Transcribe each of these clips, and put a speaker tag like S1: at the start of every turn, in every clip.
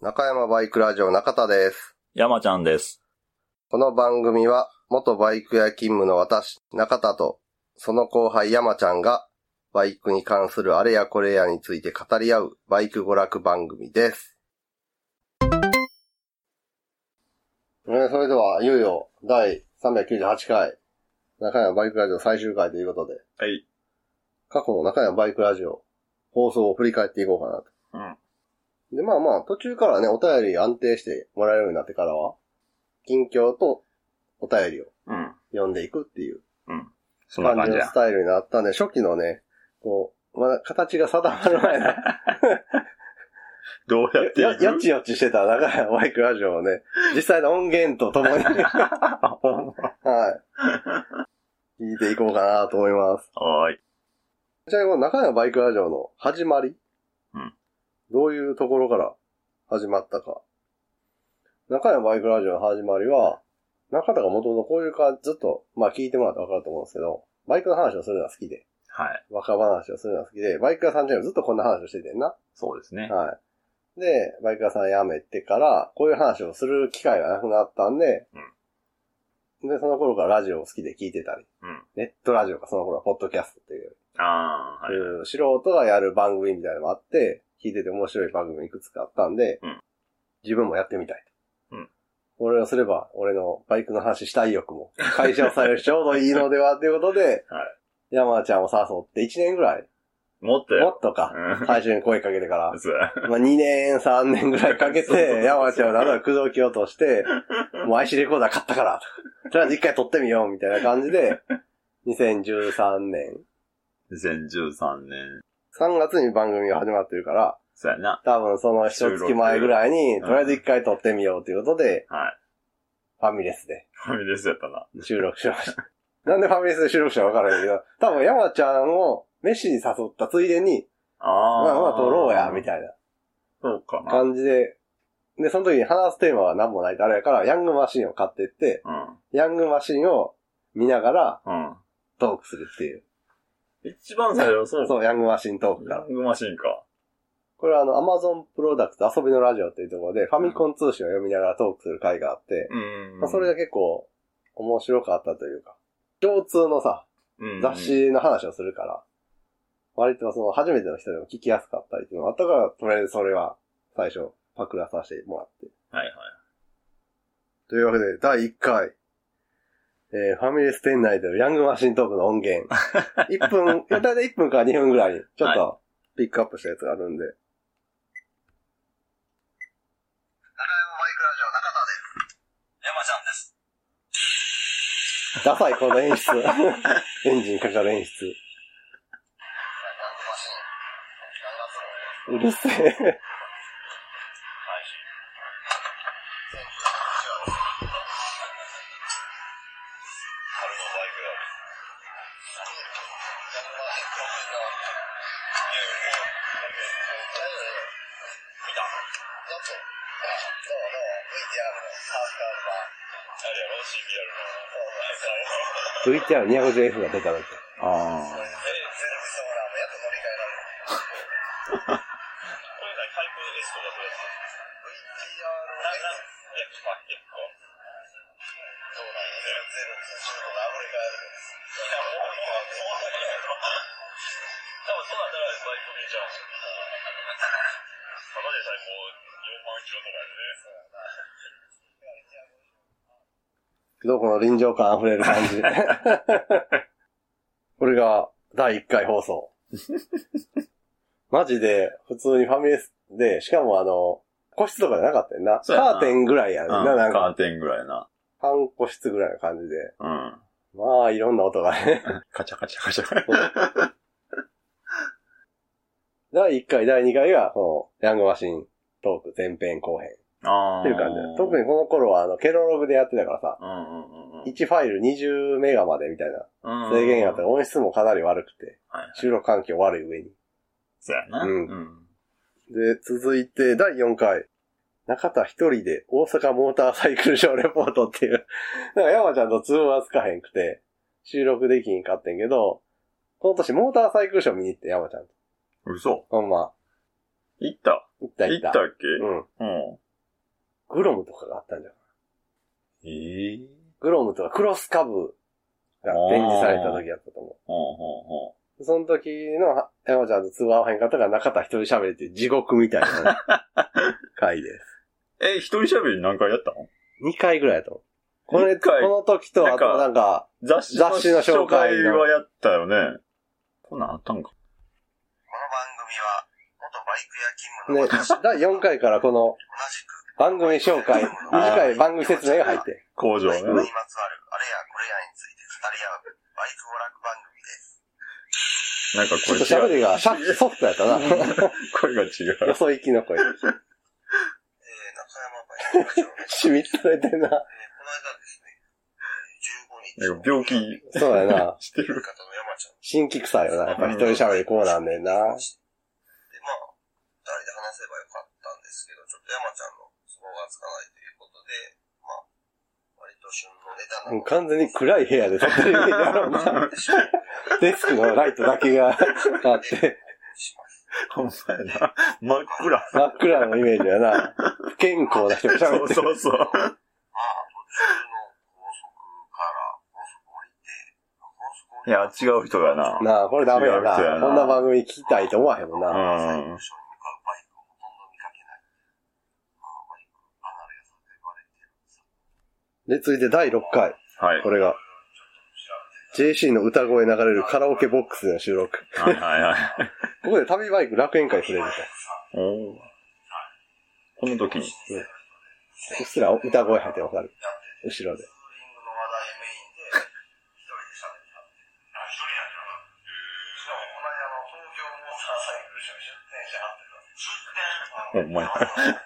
S1: 中山バイクラジオ中田です。
S2: 山ちゃんです。
S1: この番組は、元バイク屋勤務の私、中田と、その後輩山ちゃんが、バイクに関するあれやこれやについて語り合う、バイク娯楽番組です。えーそれでは、いよいよ、第398回、中山バイクラジオ最終回ということで、
S2: はい。
S1: 過去の中山バイクラジオ、放送を振り返っていこうかなと。
S2: うん。
S1: で、まあまあ、途中からね、お便り安定してもらえるようになってからは、近況とお便りを
S2: うん。
S1: 読んでいくっていう
S2: うん。そんな
S1: 感
S2: 感
S1: じ
S2: じ
S1: の
S2: や
S1: ス。タイルになったんで、初期のね、こう、まだ形が定まる前な、
S2: どうやって
S1: や、やちよちしてた長いバイクラジオをね、実際の音源とと もに、ははい、聞いていこうかなと思います。
S2: はーい。
S1: ちなみにこの中山バイクラジオの始まり、
S2: うん
S1: どういうところから始まったか。中山バイクラジオの始まりは、中田がもともとこういうか、ずっと、まあ聞いてもらってわかると思うんですけど、バイクの話をするのは好きで、
S2: はい。
S1: 若話をするのが好きで、バイク屋さんじゃなくずっとこんな話をしててんな。
S2: そうですね。
S1: はい。で、バイク屋さん辞めてから、こういう話をする機会がなくなったんで、で、その頃からラジオを好きで聞いてたり、
S2: うん
S1: ネットラジオかその頃はポッドキャストっていう、
S2: ああ、はい。
S1: うん素人がやる番組みたいなのもあって、聞いてて面白い番組いくつかあったんで、
S2: うん
S1: 自分もやってみたいと。
S2: うん
S1: 俺をすれば、俺のバイクの話したい欲も解消されるし、ちょうどいいのではということで、
S2: はい
S1: 山ちゃんを誘って1年ぐらい
S2: 持って。
S1: もっとか。
S2: うん。
S1: 最初に声かけてから。
S2: そう
S1: まあ、2年、3年ぐらいかけ
S2: そうそうそう
S1: て、山ちゃんをなんとか口説き落と して、もう IC レコーダー買ったから、とりあえず一回撮ってみよう、みたいな感じで、2013年、
S2: 2013年。
S1: 3月に番組が始まってるから、
S2: そうやな。
S1: 多分その一月前ぐらいに、
S2: 録
S1: とりあえず一回撮ってみようということで、
S2: はい。
S1: ファミレスで
S2: ファミレスやったな。
S1: 収録しました。 なんでファミレスで収録したかわからないけど、多分山ちゃんを飯に誘ったついでに、
S2: ああ。
S1: まあまあ撮ろうや、みたいな。
S2: な。そうかな。
S1: 感じで、で、その時に話すテーマは何もないってあれやから、ヤングマシンを買ってって、ヤングマシンを見ながら
S2: うん。うん。
S1: トークするっていう。
S2: 一番最初、そうか。
S1: そう、ヤングマシントークか
S2: ヤ
S1: ら。
S2: ングマシンか。
S1: これはあの、Amazon プロダクト遊びのラジオっていうところで、ファミコン通信を読みながらトークする回があって、
S2: うん。
S1: まあ、それが結構面白かったというか、共通のさ、
S2: うん
S1: 雑。誌の話をするから、割とその初めての人でも聞きやすかったりっていうのがあったから、とりあえずそれは最初パクらさせてもらって。
S2: はいはい。
S1: というわけで、第1回、えー、ファミレス店内でのヤングマシントークの音源。1分、いやだいたい1分から2分ぐらいに、ちょっと、ピックアップしたやつがあるんで。中
S2: 山ちゃんです。
S1: 山バイクラジオ中田です。ダサい、この演出。エンジンかかる演出。うるせえ。VTR250F が出たのって。
S2: ああ。
S1: どうこの臨場感溢れる感 じ。これが第1回放送。マジで、普通にファミレスで、しかもあの、個室とかじゃなかったよな。
S2: そうやな
S1: カーテンぐらいやねん
S2: うん
S1: な、なん
S2: カー
S1: か、
S2: テンぐらいな。
S1: 半個室ぐらいの感じで。
S2: うん。
S1: まあ、いろんな音がね。
S2: カチャカチャカチャ。
S1: 第1回、第2回が、この、ヤングマシントーク前編後編
S2: ああ。
S1: っていう感じだ特にこの頃は、あの、ケロログでやってたからさ、
S2: うんうんうんうん。
S1: 1ファイル20メガまでみたいな制限があったら音質もかなり悪くて、
S2: はい。
S1: 収録環境悪い上に。
S2: そうやな。
S1: うん
S2: ん。
S1: で、続いて第4回。中田一人で大阪モーターサイクルショーレポートっていう。 なんか山ちゃんと通話つかへんくて、収録できんかってんけど、この年モーターサイクルショー見に行って山ちゃんと。
S2: 嘘。
S1: ほんま。
S2: 行った。
S1: 行った
S2: 行
S1: 行っ
S2: った
S1: た。
S2: っけ
S1: うん。
S2: うん。
S1: グロムとかがあったんじゃん。
S2: ええ
S1: グロムとかクロスカブが展示された時やったと思
S2: ほうほうほ
S1: う。その時のは山ちゃんと通話合わへんかったから中田一人喋れっていう地獄みたいな 回です。
S2: う。え、一人喋り何回やったの
S1: 2回ぐらいだと思う。これ、
S2: 一
S1: こ
S2: 回
S1: の時と、あとなんか、
S2: 雑誌
S1: 雑誌の紹介の
S2: はやったよね。こんなんあったんか。
S3: この番組は、元バイク
S1: ね
S3: 屋勤務の私、、
S1: 第4回からこの
S3: 同じく、
S1: 番組紹介、短い番組説明が入って。
S2: 工場
S3: バイクにま
S2: ね。
S3: つわる、あれやこれやについて語り合う、バイク娯楽番組で
S2: なんか
S3: す。
S1: ちょっと
S2: 声
S1: 喋
S2: 違
S1: り
S2: う。
S1: がシャッソフトやったな。
S2: 声が違
S1: よ
S2: う。
S1: そ行きの声。
S3: えー、中山バイクの長です。
S1: 染みつれてんな。
S3: えー、この間ですね、えー
S2: なん
S3: 15
S2: か
S3: 日、
S2: 病気
S1: そうやな。
S2: してる。
S3: 方の山ちゃん。
S1: 新規臭いよな。やっぱ一人喋りこうなんねんな。
S3: で、まあ、誰で話せばよかったんですけど、ちょっと山ちゃんの都合がつかないということで、まあ、割と旬のネタな
S1: も
S3: の
S1: う完全に暗 い部屋で撮ってるやろうな。 デスクのライトだけがあって、
S3: します。
S2: ほんまやな。真っ暗。
S1: 真っ暗のイメージやな。不健康な人が
S2: そ
S1: 喋っ
S2: う
S1: てる。
S2: そうそう。
S3: まあ、途中の高速から高速降りて、高速降
S2: い
S3: り
S2: や、違う人がな。
S1: なあ、これダメやな。
S2: 違う人やな
S1: こんな番組聞きたいと思わへんもんな。
S3: 最
S2: うん
S3: 高。所に向かうバイクをほとんど見かけない。まあ、バイク、離れやさと言われてる。
S1: で、続いて第6回。
S2: はい。
S1: これが。JC の歌声流れるカラオケボックスでの収録。
S2: はいはいはい。
S1: ここで旅バイク楽園会触れる
S2: おーこの時に。
S1: と。うんうっすら歌声入ってわかる。後ろで。
S3: ツーリングの話題メインで、一人で喋ってたんで。あ、一人やから。しかも、この間の東京モーターサイ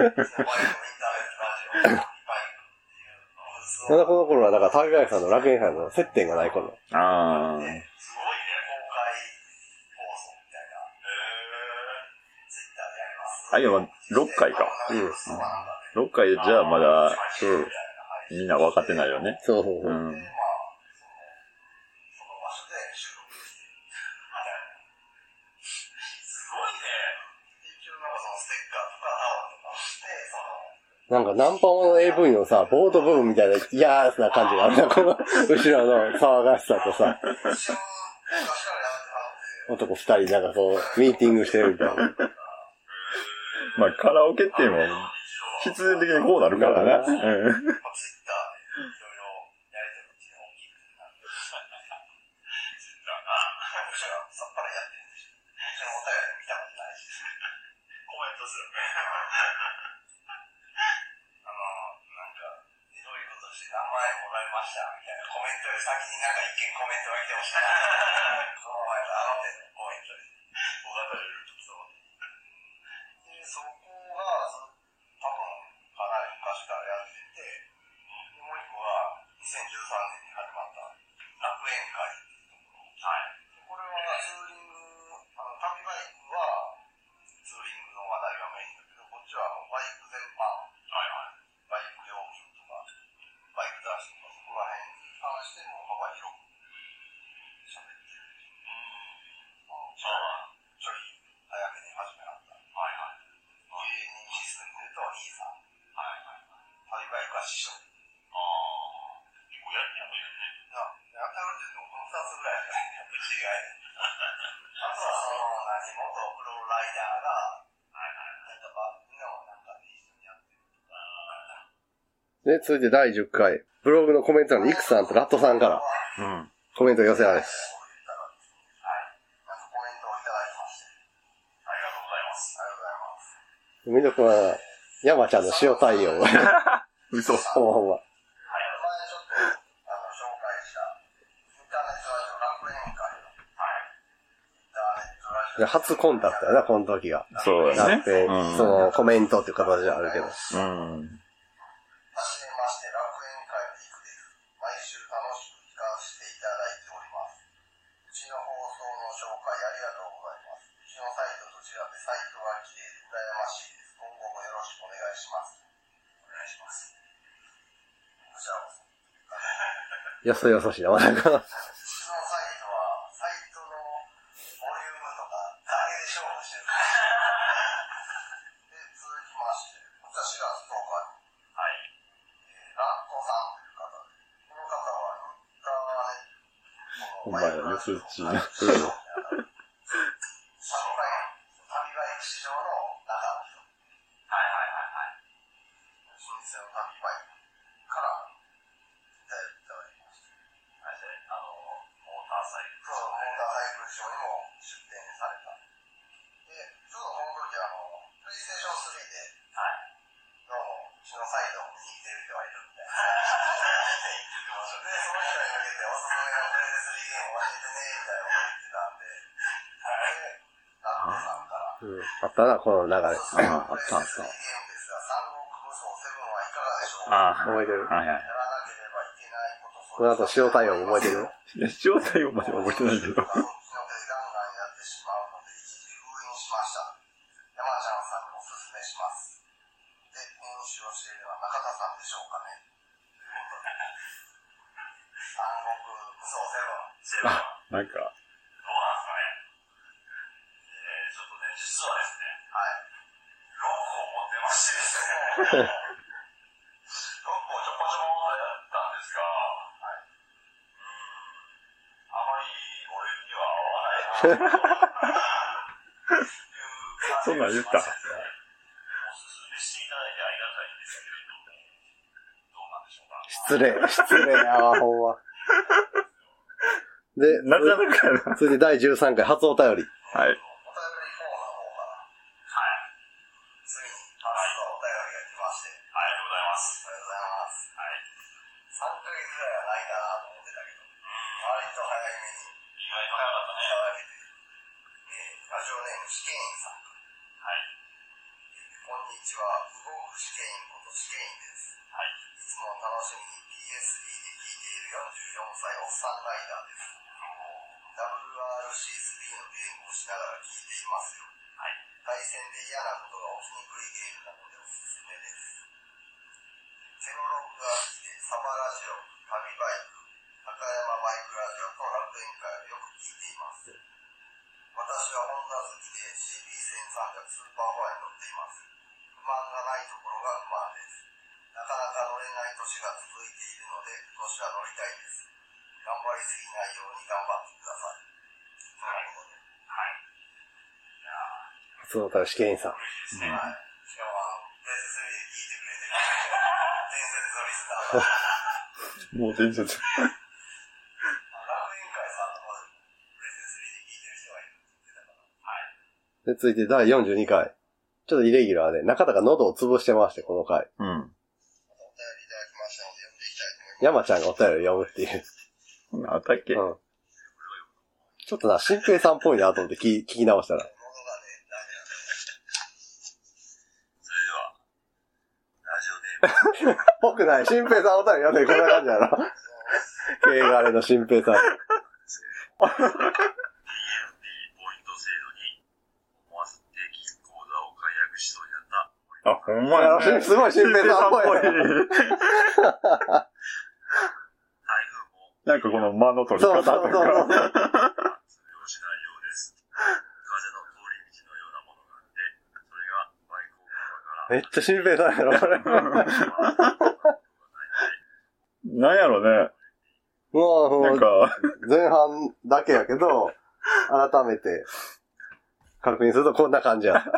S3: クルショーに出店してはって
S2: ほんまや
S3: た。出バイクのインターネットラジオ、バイクっていうのをずっ
S1: ま
S3: と
S1: だこの頃は、だから旅バイクさんと楽園さんの接点がない頃。
S2: あー。
S3: すごいね、公開放送みたいな。へぇツイッターでやります。
S2: あ、いや、6回か。
S1: うん
S3: そうなんだね。
S2: 6回でじゃあまだ、う
S3: う
S2: ん
S3: ん。
S2: みんな分かってないよね。
S1: そうそうそうう。
S2: ん。
S3: その場所で収録してみたいな。すごいね。一応なんかそのステッカーとかタオルとかをして、
S1: な
S3: その、
S1: んかナンパもの AV のさ、ボート部分みたいな、いやーな感じがあるな。こ の後ろの騒がしさとさ、
S3: 一瞬、昔からやってたので、
S1: 男二人なんかこう、ミーティングしてるみたいな。
S2: まあ、カラオケっていうのは、必然的にこうなるからね。うん
S3: まあ、ツイッターでいろいろやりとりって大きいですな。ツイッターが、むしろさっぱりやってるんでしょ。そのお便り見たことないし。コメントする。あの、なんか、ひどいことして何万円もらいましたみたいなコメントより先になんか一見コメントが来てほしいな。この前のあの手のコメントで、僕が取れるとで、そこが、そ多分、かなり昔からやってて、でもう一個は、2013年に始まった楽園会っていうところ。これはツーリング、あの、旅バイクは、ツーリングの話題がメインだけど、こっちはもうバイク全般、バイク用品とか、バイク雑誌とか、そこら辺に関しても幅広く喋ってる。うん。ちょちょい早めに始めはった。はいはい。芸人システムで言うと、兄さん。はいはい。旅バイクは師匠。ああ。結構やってやるよね。な、やってるって言ってもこの二つぐらいやね。うち以外で。あとはその、何、元プロライダーが、はいはい。なんか番組のなんかで一緒にやってるとか。
S1: で、続いて第10回。ブログのコメント欄にイクさんとラットさんから
S2: うん。
S1: コメントが寄せられ
S3: はい。なんとコメントをいただきまして、ありがとうござ
S1: て。
S3: います。えー、ありがとうございます。
S1: みどくんは、山ちゃんの塩対応。
S2: 嘘。
S1: ほんまほんま。
S3: 前ちょっと、あの、紹介した、インターネットラジオ楽園会の、インターネット
S1: で
S3: ラジオ
S1: 初コンタクトやな、この時が。
S2: そう
S1: だ
S2: やね
S1: っ。て、
S2: うん
S1: そのコメントっていう形ではあるけど。
S2: うん。
S3: はじめまして、楽園会のリクです。毎週楽しく聞かせていただいております。うちの放送の紹介ありがとうございます。うちのサイトと違ってサイトが綺麗で羨ましいです。今後もよろしくお願いします。お願いします。こちらこ
S1: よ
S3: そ。
S1: そよそしな、まだか
S3: うちのサイトは、サイトのボリュームとか、誰で勝負してるから。
S2: ほんまや、よそちな。
S3: サムライ、旅バイク市場の中の人。はいはいはいはい。老舗の旅バイクから、いただいております。あれで、あの、モーターサイクル。そう、モーターサイクルショーにも出展された。で、ちょうどこの時あの、プレイステーション3で、はい。どうも、うちのサイトを見に来てる人がいるみたいな。
S1: うん。あった
S3: で、その人に向けておすすめのプレイス3ゲームを教えてね、みたいなこと言ってたんで、で、ラッコさんから、
S1: な、この流れ。
S3: あ
S4: ああったあったあ
S3: あ。
S1: 覚えてる。
S4: あ、はいはい。
S1: この後塩対応覚えてる
S2: いや、塩対応までは覚えてないけ ど。なんか、
S3: あ、どうなんですかね。えー、ちょっとね、実はですね、はい。ロックを持ってましてですね、ロックをちょこちょこ持ってたんですが、はい。うーん、あまり俺には合わないな
S2: そんなん言った
S3: おすすめしていただいてありがたいんですけれども、どうなんでしょ
S1: 失
S3: うか。
S1: 礼、失礼やわ、ほんま。で、
S2: なかなかや
S1: つ
S2: な。
S1: いで第13回、初お便り。
S2: はい。
S3: お便りコーナーの方から、はい。ついに、パスのお便りが来ました。はい。えー、ラジオネーム、ありがとうございます。ありがとうございます。はい。3ヶ月ぐらいはないかなと思ってたけど、割と早めに。意外と早かったね。えー、ラジオネーム、試験員さん。はい。こんにちは、動く試験員こと試験員です。はい。いつも楽しみに PSB で聴いている44歳おっさんライダーです。WRC3 のゲームをしながら聴いていますよ。はい。対戦で嫌なことが起きにくいゲームなのでおすすめです。ゼロログが好きで、サバラジオ、旅バイク、高山バイクラジオと楽園会をよく聴いています。私はホンダ好きで CB1300 スーパーファイに乗っています。不満がないところが不満です。なかなか乗れない年が続いているので、今年は乗りたいです。頑張りすぎないように頑張ってください。はい。はい。いやー
S1: 初お便り、試験員さん。
S3: 嬉しいですね。はい。しかも、あのプレゼン3で聞いてくれてる、伝説のリスナー が。
S2: もう電車つ。
S3: 楽園会さんの方でも、プレゼン3で聞いてる人がいるって言ってたから。はい。
S1: で、続いて第42回。ちょっとイレギュラーで、中田が喉を潰してまして、この回。
S2: うん。
S3: お便りいただきましたの
S1: 山ちゃんがお便
S3: で、読んでいきたいと思います。
S1: りを読むっていう。
S2: こんなんあったっけ
S1: うん。ちょっとな、新平さんっぽいなと思って聞き聞き直したら。
S3: 物がね、ダメなんだよ。それでは、ラジオネーム。
S1: ぽくない。新平さんお便り読んでるこんな感じや ろ。経営があれの新平さん。
S3: ポイント制度に思わせて金口座を解約しそうになった。
S2: あ、ほんまや
S1: いや
S2: ね。
S1: すごい新平さんっぽい
S2: なん
S3: 台風も
S2: かこの間の取り
S1: そ
S2: 方
S1: う
S2: と
S1: そうそう
S2: か。
S1: そう。
S3: 通用しないようです。風
S1: めっ
S3: の通り道のようなものがあって、それがバイクを
S1: ちゃ新平さんやろ、これ。
S2: なんやろね。
S1: もう、
S2: なんか、
S1: 前半だけやけど、改めて確認するとこんな感じやった。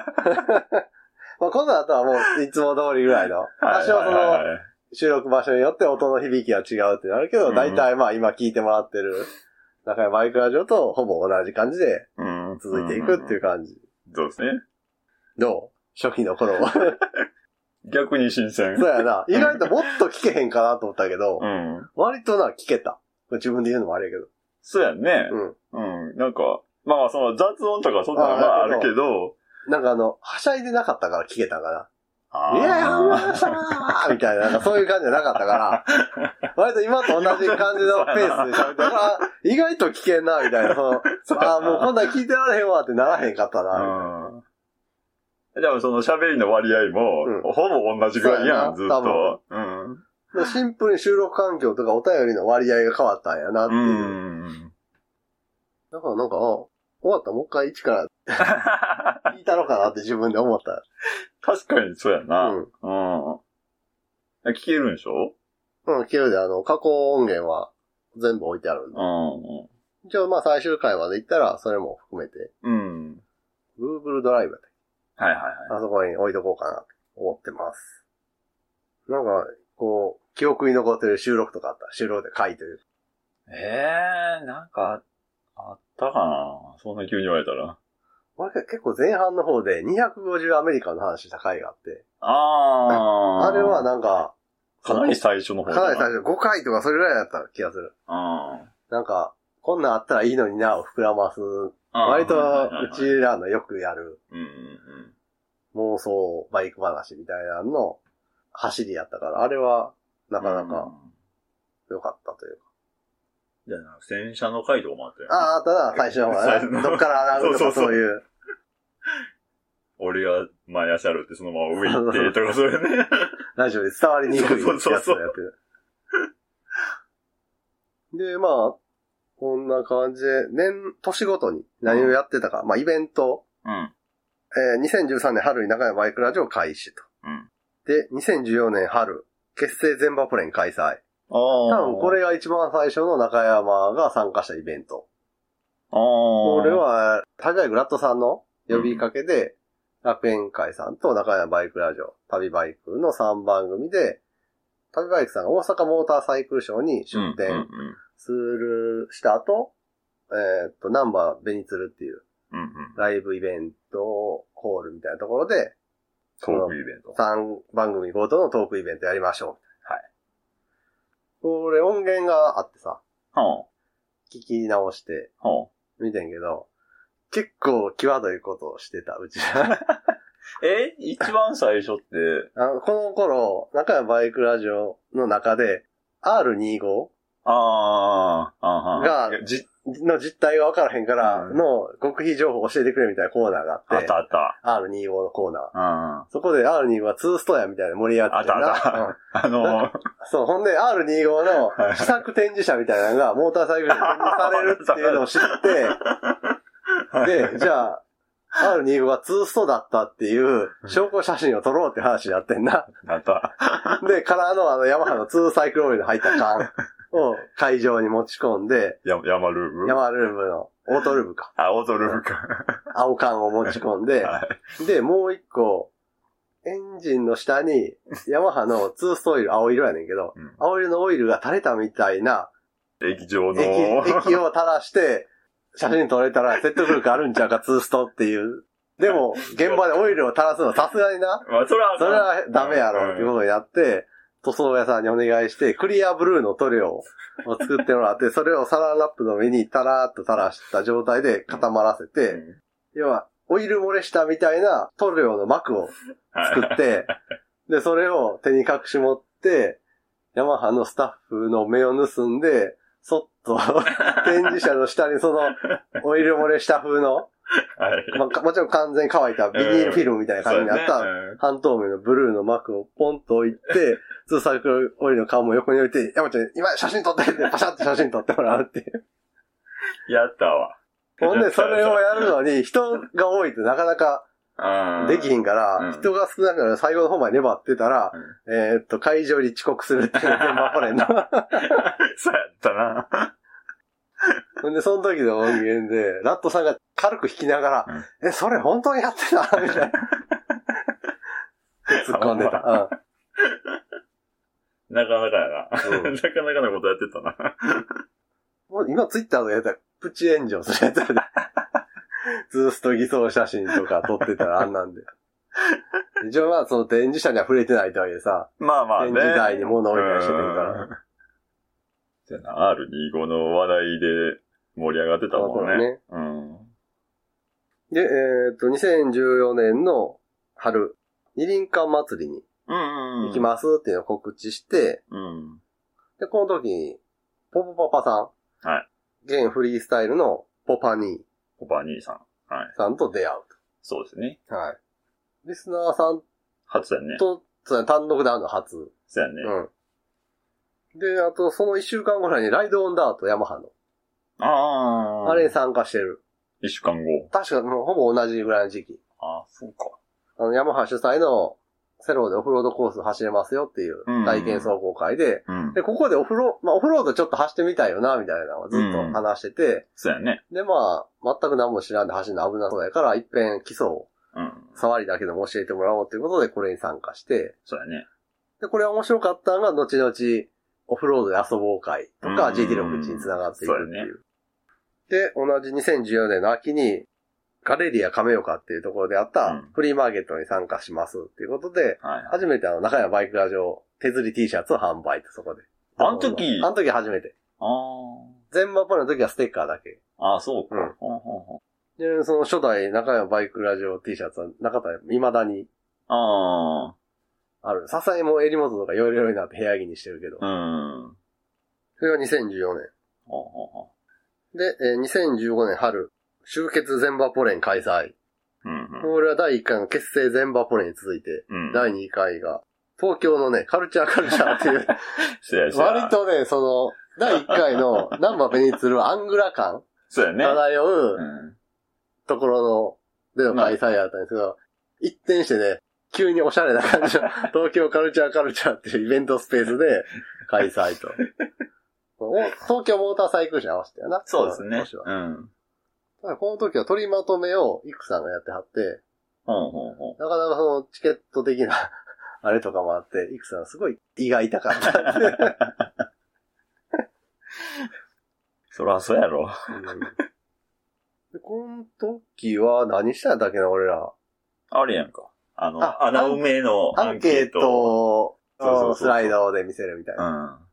S1: まあ、この後はもういつも通りぐらいの。多少その
S2: はい
S1: 収録場所によって音の響きが違うってなるけ
S2: う
S1: ど、
S2: ん
S1: 大体まあ今聞いてもらってる中山バイクラジオとほぼ同じ感じで
S2: うん。。
S1: 続いていくっていうう感じ。
S2: そうですね。
S1: どう初期の頃は。
S2: 逆に新鮮。
S1: そうやな。意外ともっと聞けへんかなと思ったけど
S2: う、ん。
S1: 割とな、聞けた。自分で言うのもあれやけど。
S2: そうやね。うん。なんか、まあその雑音とかそんなのはまああ
S1: あなる
S2: る
S1: ほど
S2: けど、
S1: なんかあの、はしゃいでなかったから聞けたかな。
S2: あ
S1: い
S2: ー
S1: やいや、皆さんみたいな、なんかそういう感じじゃなかった から、割と今と同じ感じのペースで喋って、あ意外と危険な、みたいな、その、
S2: そうやな
S1: ああ、もうこんなん聞いてられへんわってならへんかったな。
S2: うん。でもその喋りの割合も、
S1: う
S2: ほぼ同じぐらいやん、ず
S1: そう
S2: っ
S1: やな
S2: と。うん。
S1: シンプルに収録環境とかお便りの割合が変わったんやなっていう。
S2: うん。
S1: だからなんか、あ終わったらもう一回一から聞いたのかなって自分で思った。
S2: 確かにそうやな。
S1: うん
S2: うん。聞けるんでしょ
S1: うん、聞けるで、あの、加工音源は全部置いてあるんで。
S2: う
S1: 一応まあ最終回まで行ったら、それも含めて、
S2: うん。
S1: Google ドライブやったっ
S2: はいはいはい。
S1: けあそこに置いとこうかなと思ってます。なんか、こう、記憶に残ってる収録とかあったら収録で書いてる。
S2: ええー、なんか、あったかなそんな急に言われたら。
S1: 俺結構前半の方で250アメリカの話した回があって、
S2: あー。
S1: あれはなんか、
S2: かなり最初の方
S1: かなり最
S2: 初。
S1: 初、5回とかそれぐらいだった気がする。
S2: うん。
S1: なんか、こんなんあったらいいのになを膨らます。割と、うちらのよくやる
S2: うんうん
S1: 妄想バイク話みたいなのの走りやったから、あれは、
S2: う。
S1: なんかなか。良かったというか。
S2: じゃあ、戦車の回とかもあったよ、
S1: ああ、あったな、最初の
S2: 最
S1: 方
S2: 初
S1: ね。
S2: の
S1: どっから上がるとか
S2: そうそうそう
S1: そういう。
S2: 俺が前足あるってそのまま上行ってとか、それね。
S1: ラジオで伝わりにくいやつをやって
S2: そうそう
S1: る。で、まあ、こんな感じで、年、年ごとに何をやってたか、まあ、イベント、
S2: うん。
S1: えー2013年春に中山バイクラジオ開始と。
S2: うん
S1: で、2014年春、結成全場プレーン開催。
S2: あ 多
S1: 多分こ。れが一番最初の中山が参加したイベント。
S2: ああ。こ
S1: これ、は、タジャイグラットさんの呼びかけで、楽園会さんと中山バイクラジオ、旅バイクの3番組で、旅バイクさんが大阪モーターサイクルショーに出
S2: うん
S1: 展する、した後、えーっと、ナンバーベニツルっていう
S2: うんうん。
S1: ライブイベントホールみたいなところで、
S2: トークイベント。
S1: 3番組ごとのトークイベントやりましょう。
S2: はい。
S1: これ音源があってさ、
S2: は
S1: 聞き直して
S2: あ。はあ。
S1: 見てんけど、結構際どいことをしてた、うちら。
S2: え一番最初って、
S1: あの、この頃、中山バイクラジオの中で、R25
S2: ああ、あ
S1: が
S2: あ、じ、
S1: の実態がわからへんから、
S2: うん
S1: の極秘情報を教えてくれみたいなコーナーがあ
S2: あ
S1: っ、
S2: ってたあった。
S1: R25 のコーナー。
S2: うん。あ
S1: そこで R25 は2ストアみたいなの盛り上がってんな
S2: あったあった
S1: うん
S2: のー、
S1: そう、ほんで R25
S2: は
S1: の
S2: い
S1: 試作展示車みたいなのがモーターサイクルで展示されるっていうのを知っ て、で、じゃあ、R25 がツーストだったっていう証拠写真を撮ろうって話になってんな。
S2: あった。
S1: で、カラーのあのヤマハのツーサイクルオイルの入った缶 を会場に持ち込んで、
S2: や、山ルーブ
S1: ヤマハルームの、オートルームか、
S2: あ、オートルーブか。
S1: 青缶を持ち込んで、
S2: はい。
S1: で、もう一個、エンジンの下に、ヤマハのツーストオイル、青色やねんけど、
S2: うん
S1: 青色のオイルが垂れたみたいな、
S2: 液状の、
S1: 液、液を垂らして、写真撮れたら説得力あるんちゃうか、ツーストっていう。でも、現場でオイルを垂らすのはさすがにな。
S2: まあ、それ は、
S1: それはダメやろ、っていうことになって、塗装屋さんにお願いして、クリアブルーの塗料を作ってもら って、それをサランラップの上にタラーっと垂らした状態で固まらせ
S2: う
S1: て、
S2: ん
S1: 要は、オイル漏れしたみたいな塗料の膜を作
S2: はい
S1: って、で、それを手に隠し持って、ヤマハのスタッフの目を盗んで、そっ と展示車の下にそのオイル漏れした風の、
S2: はい。
S1: まあかもちろん完全に乾いたビニールフィルムみたいな感じになった
S2: そうやねうん
S1: 半透明のブルーの膜をポンと置いて、 ツーサイクルオイルの顔も横に置いて、山ちゃん今写真撮ってってパシャって写真撮ってもらうってい う。
S2: やったわ。
S1: ほんでそれをやるのに人が多いとなかなか
S2: うん
S1: できひんか
S2: うん
S1: ら、人が少なくなる最後の方まで粘ってたら、えーっと、会場に遅刻するっていう現場これの。
S2: そうやったな。
S1: ほんで、その時の音源で、ラットさんが軽く弾きながら、え、それ本当にやってたみ たいな。突っ込んでた。うん。
S2: なかなかやな。
S1: うん
S2: なかなかなことやってたな。
S1: もう今ツイッターとかやったら、プチ炎上するやつや で。ツースト偽装写真とか撮ってたらあんなんで。一応まあその展示者には触れてないとはいえさ、
S2: まあまあね。
S1: 展示台に物置いたりしてたから。
S2: じゃあな、R25 の話題で盛り上がってたもんね。うん。
S1: で、えーっと、2014年の春、二輪館祭りに
S2: うん
S1: 行きますっていうのを告知して、
S2: す。うん。
S1: で、この時に、ポポパパさん。
S2: はい。
S1: 現フリースタイルのポパニー
S2: おば兄さん。はい。
S1: さんと出会う
S2: そうですね。
S1: と。はい。リスナーさん
S2: 初やね。
S1: と、そうだね単独で会うの初。
S2: そうやね。
S1: うん。で、あと、その一週間後らいに、ライドオンダート、ヤマハの。
S2: ああ。
S1: あれに参加してる。
S2: 一週間後。
S1: 確か、もうほぼ同じぐらいの時期。
S2: ああ、そうか。
S1: あの、ヤマハ主催のセローでオフロードコース走れますよっていう
S2: うん
S1: 体験走行会で、
S2: うん。
S1: で、ここでオフロー、まあオフロードちょっと走ってみたいよな、みたいなのをずっと話してて、
S2: そうやね。
S1: で、まあ、全く何も知らんで走るの危なそうやから、一遍基礎を
S2: うん。
S1: 触りだけでも教えてもらおうということで、これに参加して、
S2: そうやね。
S1: で、これは面白かったのが、後々、オフロードで遊ぼう会とか、
S2: うん
S1: GT61 につながっていくって
S2: そうや
S1: い
S2: ね
S1: う。で、同じ2014年の秋に、ガレリア亀岡っていうところであっ
S2: う
S1: た
S2: ん
S1: フリーマーケットに参加しますっていうことで、
S2: はいはい。
S1: 初めてあの、中山バイクラジオ手釣り T シャツを販売と、そこで。
S2: あの時
S1: あの時初めて。
S2: あ
S1: 全場ポイの時はステッカーだけ。
S2: あ。ああ、そうか。
S1: うん
S2: ほんほんほん
S1: で、その初代中山バイクラジオ T シャツは中田、未だに
S2: あ
S1: ある。笹井も襟元とかヨレヨレになって部屋着にしてるけど。
S2: あ。うん。
S1: それが2014年。
S2: ほんほんほ
S1: で、えー2015年春、集結全場ポレン開催。
S2: ん。うん
S1: これは第1回の結成全場ポレンに続いて、
S2: うん。うん。
S1: 第2回が、東京のね、カルチャーカルチャーっ ていう、
S2: そうや、そうや
S1: 割。とね、その、第1回のナンバーペニツルアングラ感
S2: そうやね。
S1: 漂う
S2: うん。
S1: ところの、での開催やったんですけど、一転してね、急におしゃれな感 じの、東京カルチャーカルチャーっていうイベントスペースで開催 と。お東京モーターサイクル誌に合わせてやな。
S2: そうですね
S1: 今。年は
S2: うん。
S1: ただこの時は取りまとめをイクさんがやってはって、
S2: ほんほんほん。
S1: なかなかそのチケット的な あれとかもあって、イクさんすごい胃が痛かったって。
S2: そらそうやろ。
S1: でこの時は何したんだっけな、俺ら。
S2: あれやんか。あの、
S1: あ
S2: 穴埋めの
S1: ア
S2: ア
S1: ン
S2: ン
S1: ケ
S2: ケ
S1: ー
S2: ート。
S1: ト
S2: そうそうそうそ
S1: を
S2: う
S1: スライドで見せるみたいな
S2: う。ん。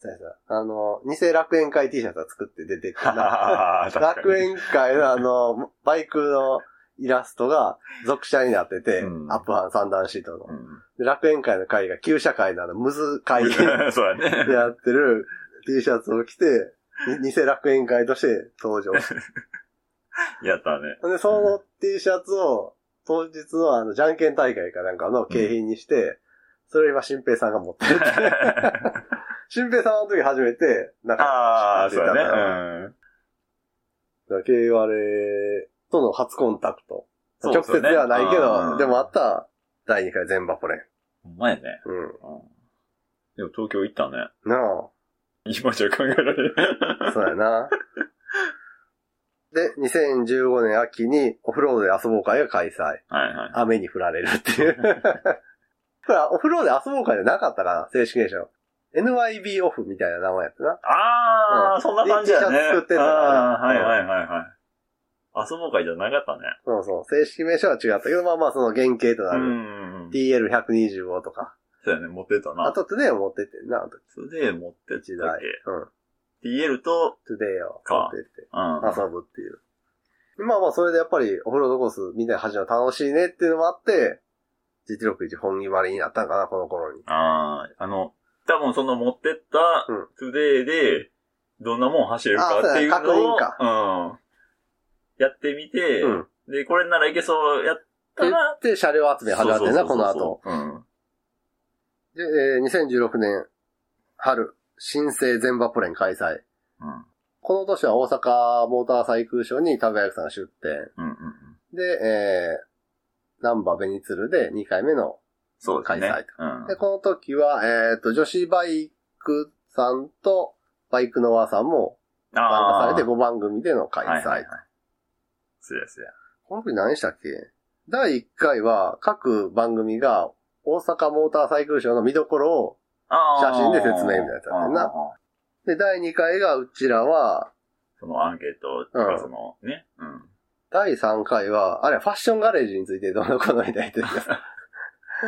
S1: そうやそうやあの、偽楽園会 T シャツは作って出 てくるな。
S2: 楽
S1: 楽園会のあの、バイクのイラストが属者になってて、
S2: うん
S1: アップハン三段シートの。
S2: う
S1: で楽園会の会が旧社会のあの、ムズ会 で
S2: ん。そうやね。
S1: やってる T シャツを着て、に偽楽園会として登 場し
S2: やったね。
S1: た。で、その T シャツを当日のあの、じゃんけん大会かなんかの景品にして、それを今、新平さんが持って るっていう。新平さんはあの時初めて、なんか、
S2: ああ、そうやね。
S1: だけわれとの初コンタクト。
S2: そう
S1: 直
S2: です
S1: 接
S2: よね
S1: ではないけ
S2: う
S1: ど、
S2: ん
S1: でもあった第2回全バポレン。
S2: うん。ほんまやね。
S1: う
S2: うんでも東京行ったね。
S1: ん。なあ、
S2: 今じゃ考えられない。
S1: そうや な。で、2015年秋にオフロードで遊ぼう会が開催。
S2: はいはい。
S1: 雨に降られるっていう。 これはオフロードで遊ぼう会じゃなかったかな、正式名称。NYB オフみたいな名前やったな。
S2: ああ、
S1: うん
S2: そんな感じやね。
S1: T シャツ作ってたから
S2: ああー、はいはいはいはい。遊ぼう会じゃなかったね。
S1: そうそう。正式名称は違ったけど、まあまあその原型とな
S2: う
S1: る。
S2: ん。
S1: TL125 とか。
S2: そうやね、持ってた
S1: あ
S2: な。
S1: とトゥデイを持ってってんな、あの時
S2: それで持ってっ
S1: 一
S2: たっ
S1: 台。
S2: け
S1: うん。
S2: ?TL と、
S1: トゥデイを
S2: か
S1: 持ってって。
S2: うん。
S1: 遊ぶっていう。まあまあ、それでやっぱりオフロードコースみんなで走るの楽しいねっていうのもあって、GT61 本気割りになったんかな、この頃に。
S2: ああ、あの、多分その持ってった
S1: うん、
S2: トゥデイで、どんなもん走れるかっていう
S1: あそう
S2: のを、
S1: や確認
S2: うん。やってみて、
S1: うん。って
S2: で、これならいけそうやっ
S1: 言
S2: たら
S1: っ、て、車両集め始まってんな、
S2: そ
S1: こ
S2: うそう
S1: の
S2: そうそ
S1: 後。
S2: う。うん。
S1: で、えー2016年春、新生全場プレン開催。
S2: うん。
S1: この年は大阪モーターサイクルショーに田部役さんが出展。
S2: うんうんうん。
S1: で、えー、ナンバーベニツルで2回目の
S2: そうですね
S1: 開催。
S2: うん。
S1: で、この時は、えっ、と、女子バイクさんと、バイクの和さんも参
S2: あ
S1: 加
S2: あ
S1: されて5番組での開催。
S2: はいはいはい。そうやそうや。
S1: この時何したっけ第1回は各番組が大阪モーターサイクルショーの見どころを、
S2: あー
S1: 写真で説明みたいなやつやってんな
S2: あーあーあー
S1: で、第2回がうちらは、
S2: そのアンケートとか、
S1: うん
S2: その、ね。うん。
S1: 第3回は、あれファッションガレージについてどうのこうのみたいなやつです。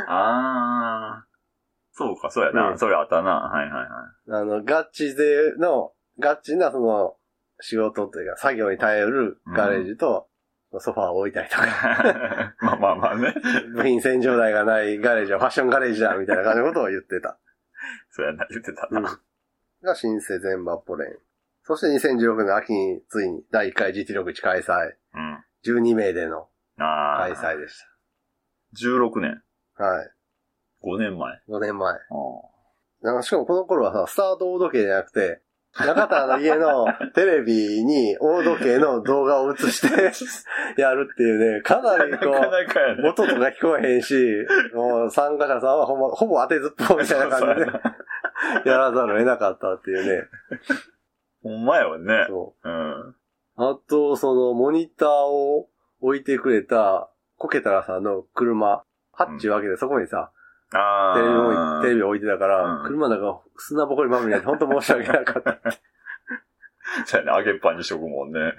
S2: ああ。そうか、そうやな。
S1: うん
S2: それあったな。はいはいはい。
S1: あの、ガチでの、ガチなその、仕事というか、作業に耐えるガレージと、ソファーを置いたりとか、
S2: まあまあまあね。
S1: 部品洗浄台がないガレージはファッションガレージだみたいな感じのことを言ってた。
S2: そうやな、言ってた
S1: う
S2: な。
S1: んが新生全バポレン。そして2016年の秋についに第1回 GT61 開催。
S2: うん。
S1: 12名での
S2: ああ。
S1: 開催でし
S2: 16年。
S1: た。はい。
S2: 5年前。
S1: 5年前。
S2: あー
S1: なんかしかもこの頃はさ、スタート大時計じゃなくて、中田の家のテレビに大時計の動画を映して やるっていうね、かなり
S2: な
S1: こ
S2: か
S1: う、
S2: なかやね。
S1: 音とか聞こえへんし、もう参加者さんはほんま、ほぼ当てずっぽうみたいな感じ
S2: そう
S1: でやらざるを得なかったっていうね。
S2: ほんまやわね。
S1: そ
S2: うん。
S1: う。あと、その、モニターを置いてくれた、コケタラさんの車、ハッチを開けて、そこにさ、
S2: あ
S1: テレビ
S2: あ
S1: も、。テレビ置いてたから
S2: う、ん
S1: 車の中砂ぼこりまみれで、ほんと申し訳なかった。
S2: そうやね、揚げっぱにしとくもんね。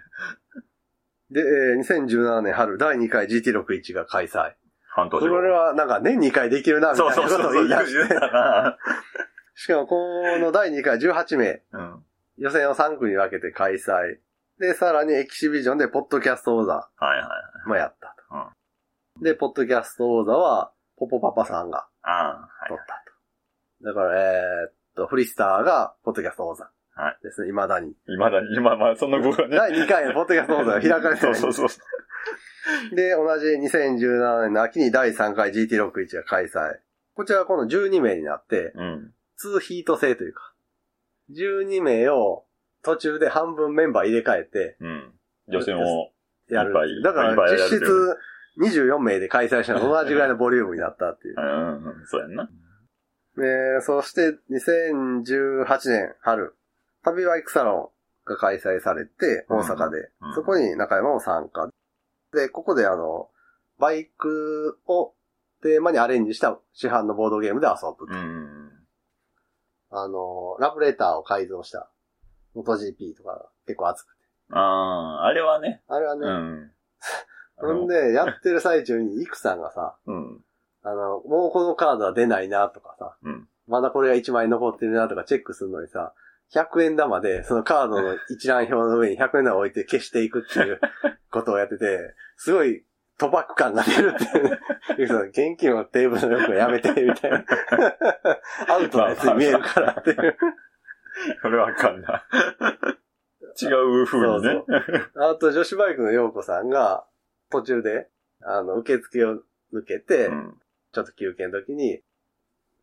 S1: で、えー2017年春、第2回 GT61 が開催。
S2: 半年
S1: こ
S2: 後。
S1: れはなんか年2回できるな、みたい
S2: そう
S1: な
S2: そう
S1: こと
S2: そ
S1: を言
S2: う、言
S1: いう出
S2: 言
S1: し
S2: う
S1: て。
S2: たな。
S1: しかも、この第2回18名、
S2: うん。
S1: 予選を3区に分けて開催。で、さらにエキシビジョンで、ポッドキャスト王座
S2: はいはい。
S1: もやったと。で、ポッドキャスト王座は、ポポパパさんが
S2: ああ、
S1: 取
S2: は
S1: ったと。だから、えーっと、フリスターが、ポッドキャスト王座。
S2: はい
S1: ですね、未だに。
S2: い。いまだに、今、まあ、その後がね。
S1: 第2回のポッドキャスト王座が開かれて
S2: そ
S1: な
S2: う
S1: い。
S2: そうそう。
S1: で、同じ2017年の秋に第3回 GT61 が開催。こちらはこの12名になって、
S2: うん。
S1: 2ヒート制というか、12名を途中で半分メンバー入れ替えて
S2: うん。予選を。
S1: やる
S2: いっぱい。
S1: だか
S2: いっぱ
S1: ら
S2: いやる
S1: 実質24名で開催したのと同じぐらいのボリュームになったっていう
S2: う。ん、うんそうやんな。
S1: えー、そして2018年春、旅バイクサロンが開催されて、大阪で、
S2: うんうん
S1: そこに中山も参加。で、ここであの、バイクをテーマにアレンジした市販のボードゲームで遊ぶと。
S2: うん。
S1: あの、ラブレターを改造した、元 GP とかが結構熱くて。
S2: ああ、あれはね。
S1: あれはね、
S2: うん。
S1: ほんで、やってる最中に、イクさんがさ、
S2: うん。
S1: あの、もうこのカードは出ないなとかさ、
S2: うん
S1: まだこれが1枚残ってるなとかチェックするのにさ、100円玉で、そのカードの一覧表の上に100円玉を置いて消していくって いうことをやってて、すごい、賭博感が出るっていうね。 ゆうさん現金はテーブルの横にやめて、みたいな。アウトなやつに見えるからっていう。
S2: それはあかんな。違う風にね。
S1: あと、女子バイクの陽子さんが、途中で、あの、受付を抜けて、
S2: うん。
S1: ちょっと休憩の時に、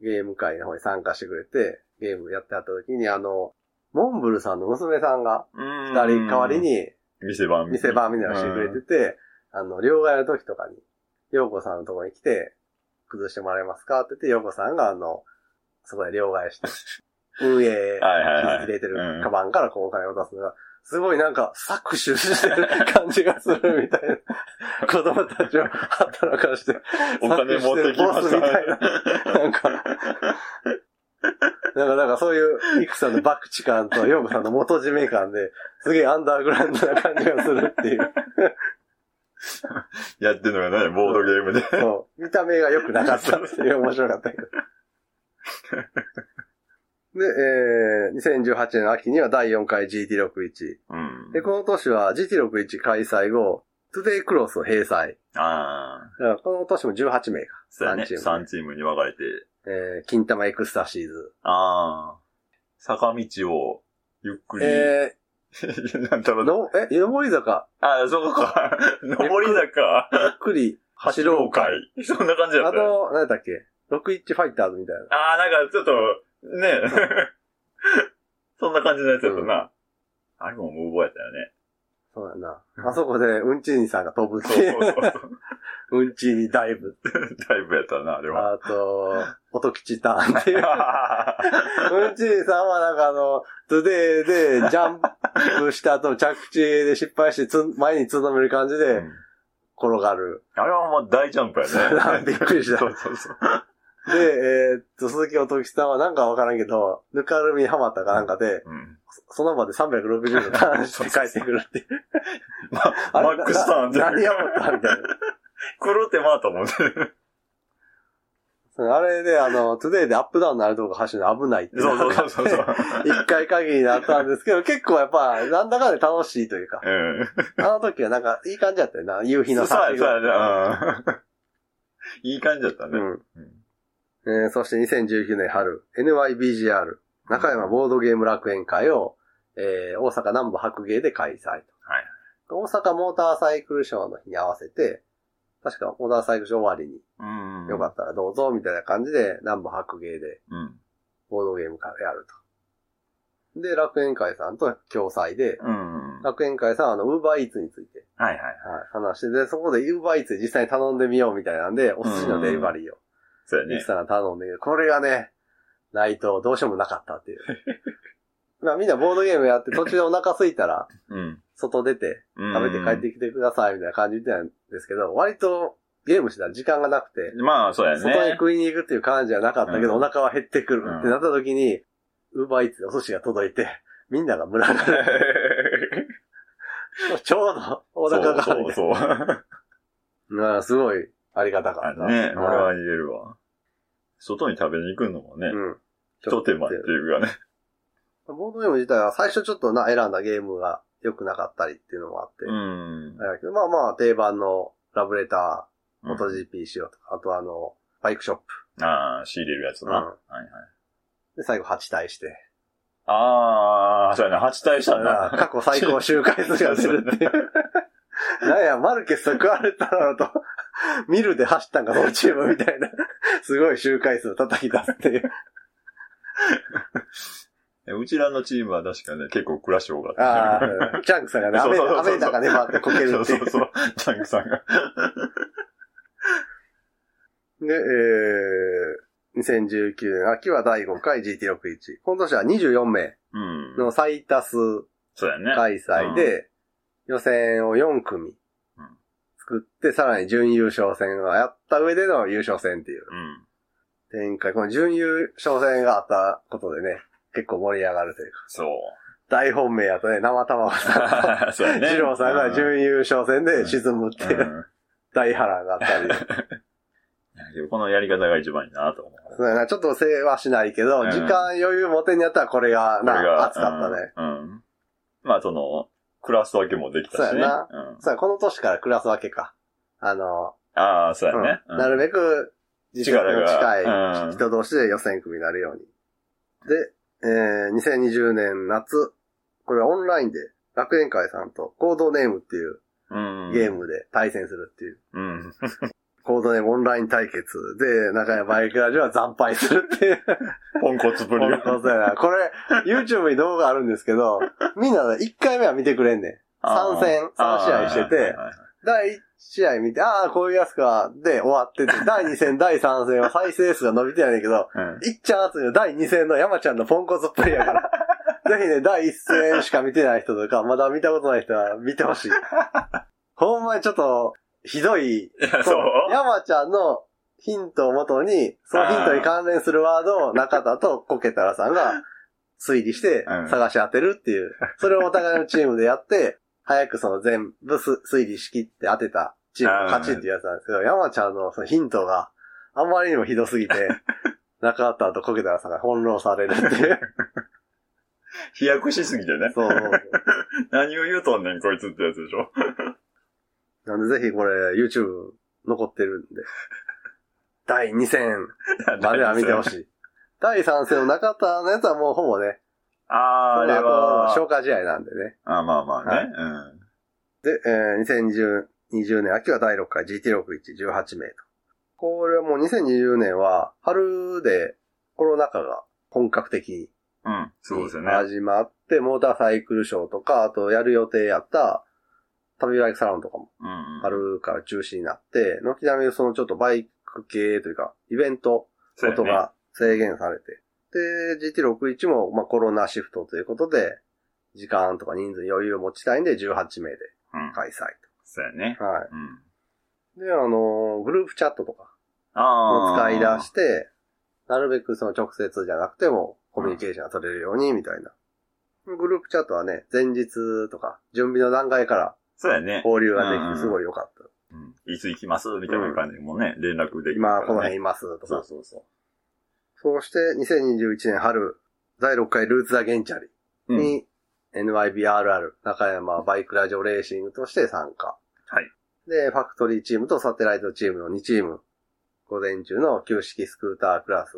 S1: ゲーム会の方に参加してくれて、ゲームやってあった時に、あの、モンブルさんの娘さんが、
S2: 二
S1: 二人代わり、に、
S2: 店番。
S1: 店番みたいなのしてくれてて、あの、両替の時とかに、洋子さんのところに来て、崩してもらえますかって言って、洋子さんが、あの、そこで両替 して、運営、
S2: はいはいはい
S1: 入れて
S2: う
S1: る
S2: ん
S1: カバンからこうお金を出すのが、すごいなんか搾取してる感じがするみたいな。子供たちを働かして、
S2: お金持って
S1: 搾取し
S2: きました
S1: てるボスみたいな。なんか、なんか、なんかそういう、イクさんのバクチ感とヨーコさんの元締め感で、すげえアンダーグラウンドな感じがするっていう。
S2: やってるのがね、ボードゲームで。
S1: そう。見た目が良くなかったっていう面白かったけど。で、えー、2018年の秋には第4回 GT61。
S2: うん
S1: で、この年は GT61 開催後、トゥデイクロスを閉鎖。
S2: ああ、
S1: だからこの年も18名が、
S2: そうやね。
S1: 三チーム
S2: 3チームに分かれて。
S1: えー、金玉エクスタシーズ。
S2: ああ、坂道をゆっくり、
S1: え
S2: なんだろ
S1: ー、
S2: うな。
S1: の、え、上り坂、
S2: ああ、そうか。上り坂、
S1: ゆっくり走
S2: 走
S1: ろ
S2: ろ
S1: う
S2: う
S1: か
S2: か。い。そんな感じだ
S1: あ
S2: ったよ。
S1: の、何だっけ ?61 ファイターズみたいな。
S2: ああ、なんかちょっと、ねそんな感じのやつやったな。あれも無謀やったよね。
S1: そうやな。あそこで、うんちーにさんが飛ぶって
S2: そ
S1: い。
S2: うそうう そう。
S1: うんちーにダイブ
S2: だいぶやったな、あれは。
S1: あと、音吉ターンっていう。
S2: あ
S1: うんちーさんはなんかあの、トゥデイでジャンプした後、着地で失敗してつん、前につんのめる感じ で転がる。
S2: れはほんま大ジャンプや ね。
S1: びっくりした
S2: そうそうそう。
S1: で、えーっと、鈴木音吉さんはなんかわからんけど、ぬかるみにハマったかなんかで、
S2: うん
S1: その場で360度 ターンして帰ってくるっていう。
S2: まマックスターン
S1: で。
S2: で。
S1: 何やもったみたいな。
S2: 狂ってまうと思うね。
S1: そうあれで、あの、トゥデイでアップダウンのあるとこ走るの危ないってい
S2: そうそう
S1: なん
S2: そう
S1: か
S2: そうそう。
S1: 一回限りだったんですけど、結構やっぱ、なんだかんだ楽しいというか、
S2: うん。
S1: あの時はなんか、いい感じだったよな、夕日
S2: そ
S1: の
S2: うそう
S1: 差
S2: や、そうやね。うん。いい感じだったね。
S1: うん
S2: うん
S1: えーそして2019年春、NYBGR、中山ボードゲーム楽園会を、えー大阪南部白芸で開催と。大阪モーターサイクルショーの日に合わせて、確かモーターサイクルショー終わりに、
S2: うん。
S1: よかったらどうぞ、みたいな感じで、南部白芸で
S2: うん。
S1: ボードゲーム会をやると。で、楽園会さんと共催で、
S2: うん。はい
S1: 楽園会さんはあの、ウーバーイーツについて、
S2: はい。
S1: はい、話して、で、そこでウーバーイーツ実際に頼んでみようみたいなんで、お寿司のデリバリーを、
S2: そうや
S1: ミ
S2: ね
S1: キ。さんが頼んで、これがね、ないとどうしようもなかったっていう。 まあみんなボードゲームやって途中でお腹空いたら、
S2: うん。
S1: 外出て、食べて帰ってきてくださいみたいな感じみたいなんですけど、割とゲームしてたら時間がなくて、
S2: きまあ、そうやね。
S1: 外に食いに行くっていう感じじゃなかったけど、
S2: うん
S1: お腹は減ってくるってなった時に、ウーバーイーツでお寿司が届いて、 みんなが群が る。ちょうどお腹が
S2: そ うそうそう。
S1: うんすごいありがたか
S2: あ
S1: った。
S2: ね、俺
S1: は
S2: はい言えるわ。外に食べに行くのもね、
S1: うん。
S2: ひと手間っていうかね。
S1: ボードゲーム自体は最初ちょっとな、選んだゲームが良くなかったりっていうのもあって、
S2: うん
S1: あ。れだけどまあまあ定番のラブレター、
S2: う
S1: フ
S2: ん
S1: ォト GP しようとか、あとあの、バイクショップ。
S2: ああ、仕入れるやつな。
S1: うん
S2: はいはい。
S1: で、最後8体して。
S2: ああ、そうやな、8体したん
S1: あ
S2: だ。
S1: 過去最高周回数が出るっていう。 なんや、マルケスと食われたのと、ミルで走ったんか、そのチームみたいな。すごい周回数を叩き出すっていう。
S2: うちらのチームは確かね、結構クラッシュ多かった
S1: あ
S2: ね。
S1: あ、チャンクさんがね、
S2: そう
S1: 雨、
S2: そうそうそう
S1: 雨の中で回ってこける
S2: そう
S1: ってい
S2: そうう。そう。タンクさんが。
S1: で、えー、2019年秋は第5回 GT61。今年は24名
S2: うん。
S1: の最多数
S2: そうやね。
S1: 開催で、予選を4組
S2: うん
S1: 作って、さらに準優勝戦をやった上での優勝戦っていう
S2: うん。
S1: 展開。この準優勝戦があったことでね、結構盛り上がるというか。
S2: そう。
S1: 大本命やとね、生卵さんと。
S2: そうやね。
S1: 二郎さんが準優勝戦で沈むっていう、
S2: うん
S1: 大波乱があったり。
S2: うんこのやり方が一番いいなと思う。
S1: そうやな、ちょっと世話しないけど、
S2: うん
S1: 時間余裕持てんやったらこれが、
S2: これが
S1: な、熱かったね。。
S2: うん。うんまあ、その、クラス分けもできたし
S1: そう
S2: ね。
S1: やな
S2: うん
S1: そうやこの年から暮らすわけか。あの、
S2: ああ、そうやね。
S1: うんなるべ
S2: く。
S1: く、実力の
S2: 力が
S1: 近
S2: うん
S1: い人同士で予選組になるように。で、えー、2020年夏、これはオンラインで、楽園会さんとコードネームっていう
S2: うん。
S1: ゲー。ムで対戦するっていう、
S2: うん。
S1: コードネームオンライン対決で、中山バイクラジオは惨敗するっていう。
S2: ポンコツぶり
S1: 本
S2: が。
S1: 当そうやな。 これ、YouTube に動画あるんですけど、みんな1回目は見てくれんねん。参戦、3試合してて、第1試合見て、ああ、こういうやつか、で終わってて、第2戦、第3戦は再生数が伸びてないねんだけど、いっちゃん熱いの第2戦の山ちゃんのポンコツっぷりやから。ぜひね、第1戦しか見てない人とか、まだ見たことない人は見てほしい。ほんまにちょっと、ひどい、
S2: てそう。
S1: 山ちゃんのヒントをもとに、そのヒントに関連するワードを中田とコケタラさんが推理して
S2: うん
S1: 探し当てるっていう。それをお互いのチームでやって、 早くその全部す推理しきって当てたチームの勝ちっていうやつなんですけど、山ちゃんのそのヒントがあまりにもひどす ぎて、中田とコケタラさんが翻弄されるって いう。
S2: 飛躍しすぎてね。
S1: そう。
S2: 何を言うとんねん、こいつってやつでしょ。
S1: なんでぜひこれ YouTube 残ってるんで。第2戦。までは見てほし
S2: い。
S1: い。 第3戦の中田のやつはもうほぼね、
S2: あー、あれは。
S1: 消化試合なんでね。
S2: あまあまあね。
S1: で、えー、2020年秋は第6回 GT6118 名と。これはもう2020年は春でコロナ禍が本格的に
S2: うん。うん。そうですよね。
S1: 始まって、モーターサイクルショーとか、あとやる予定やった旅バイクサロンとかも
S2: うん。
S1: 春から中止になって、軒並みそのちょっとバイク系というか、イベント
S2: そうやね
S1: こと。が制限されて。で、GT61 も、まあ、コロナシフトということで、時間とか人数に余裕を持ちたいんで18名で
S2: うん。
S1: 開催
S2: そうやね
S1: と。。は
S2: うん。
S1: い。で、あのーグループチャットとか
S2: あ
S1: を
S2: あ。
S1: 使い出して、なるべくその直接じゃなくてもコミュニケーションが取れるようにみたいな。グループチャットはね、前日とか準備の段階から
S2: そうやね。
S1: 交流がで
S2: う
S1: き
S2: ん
S1: てすごい良かった。
S2: うんいつ行きますみたいな感じもね、連絡できる
S1: 今
S2: からね。
S1: この辺いますと
S2: そう
S1: か。
S2: そうそ
S1: そうして2021年春、第6回ルーツ・ザ・ゲンチャリ。
S2: う。うん。
S1: に、NYBRR、中山バイクラジオレーシングとして参加。
S2: はい。
S1: で、ファクトリーチームとサテライトチームの2チーム。午前中の旧式スクータークラス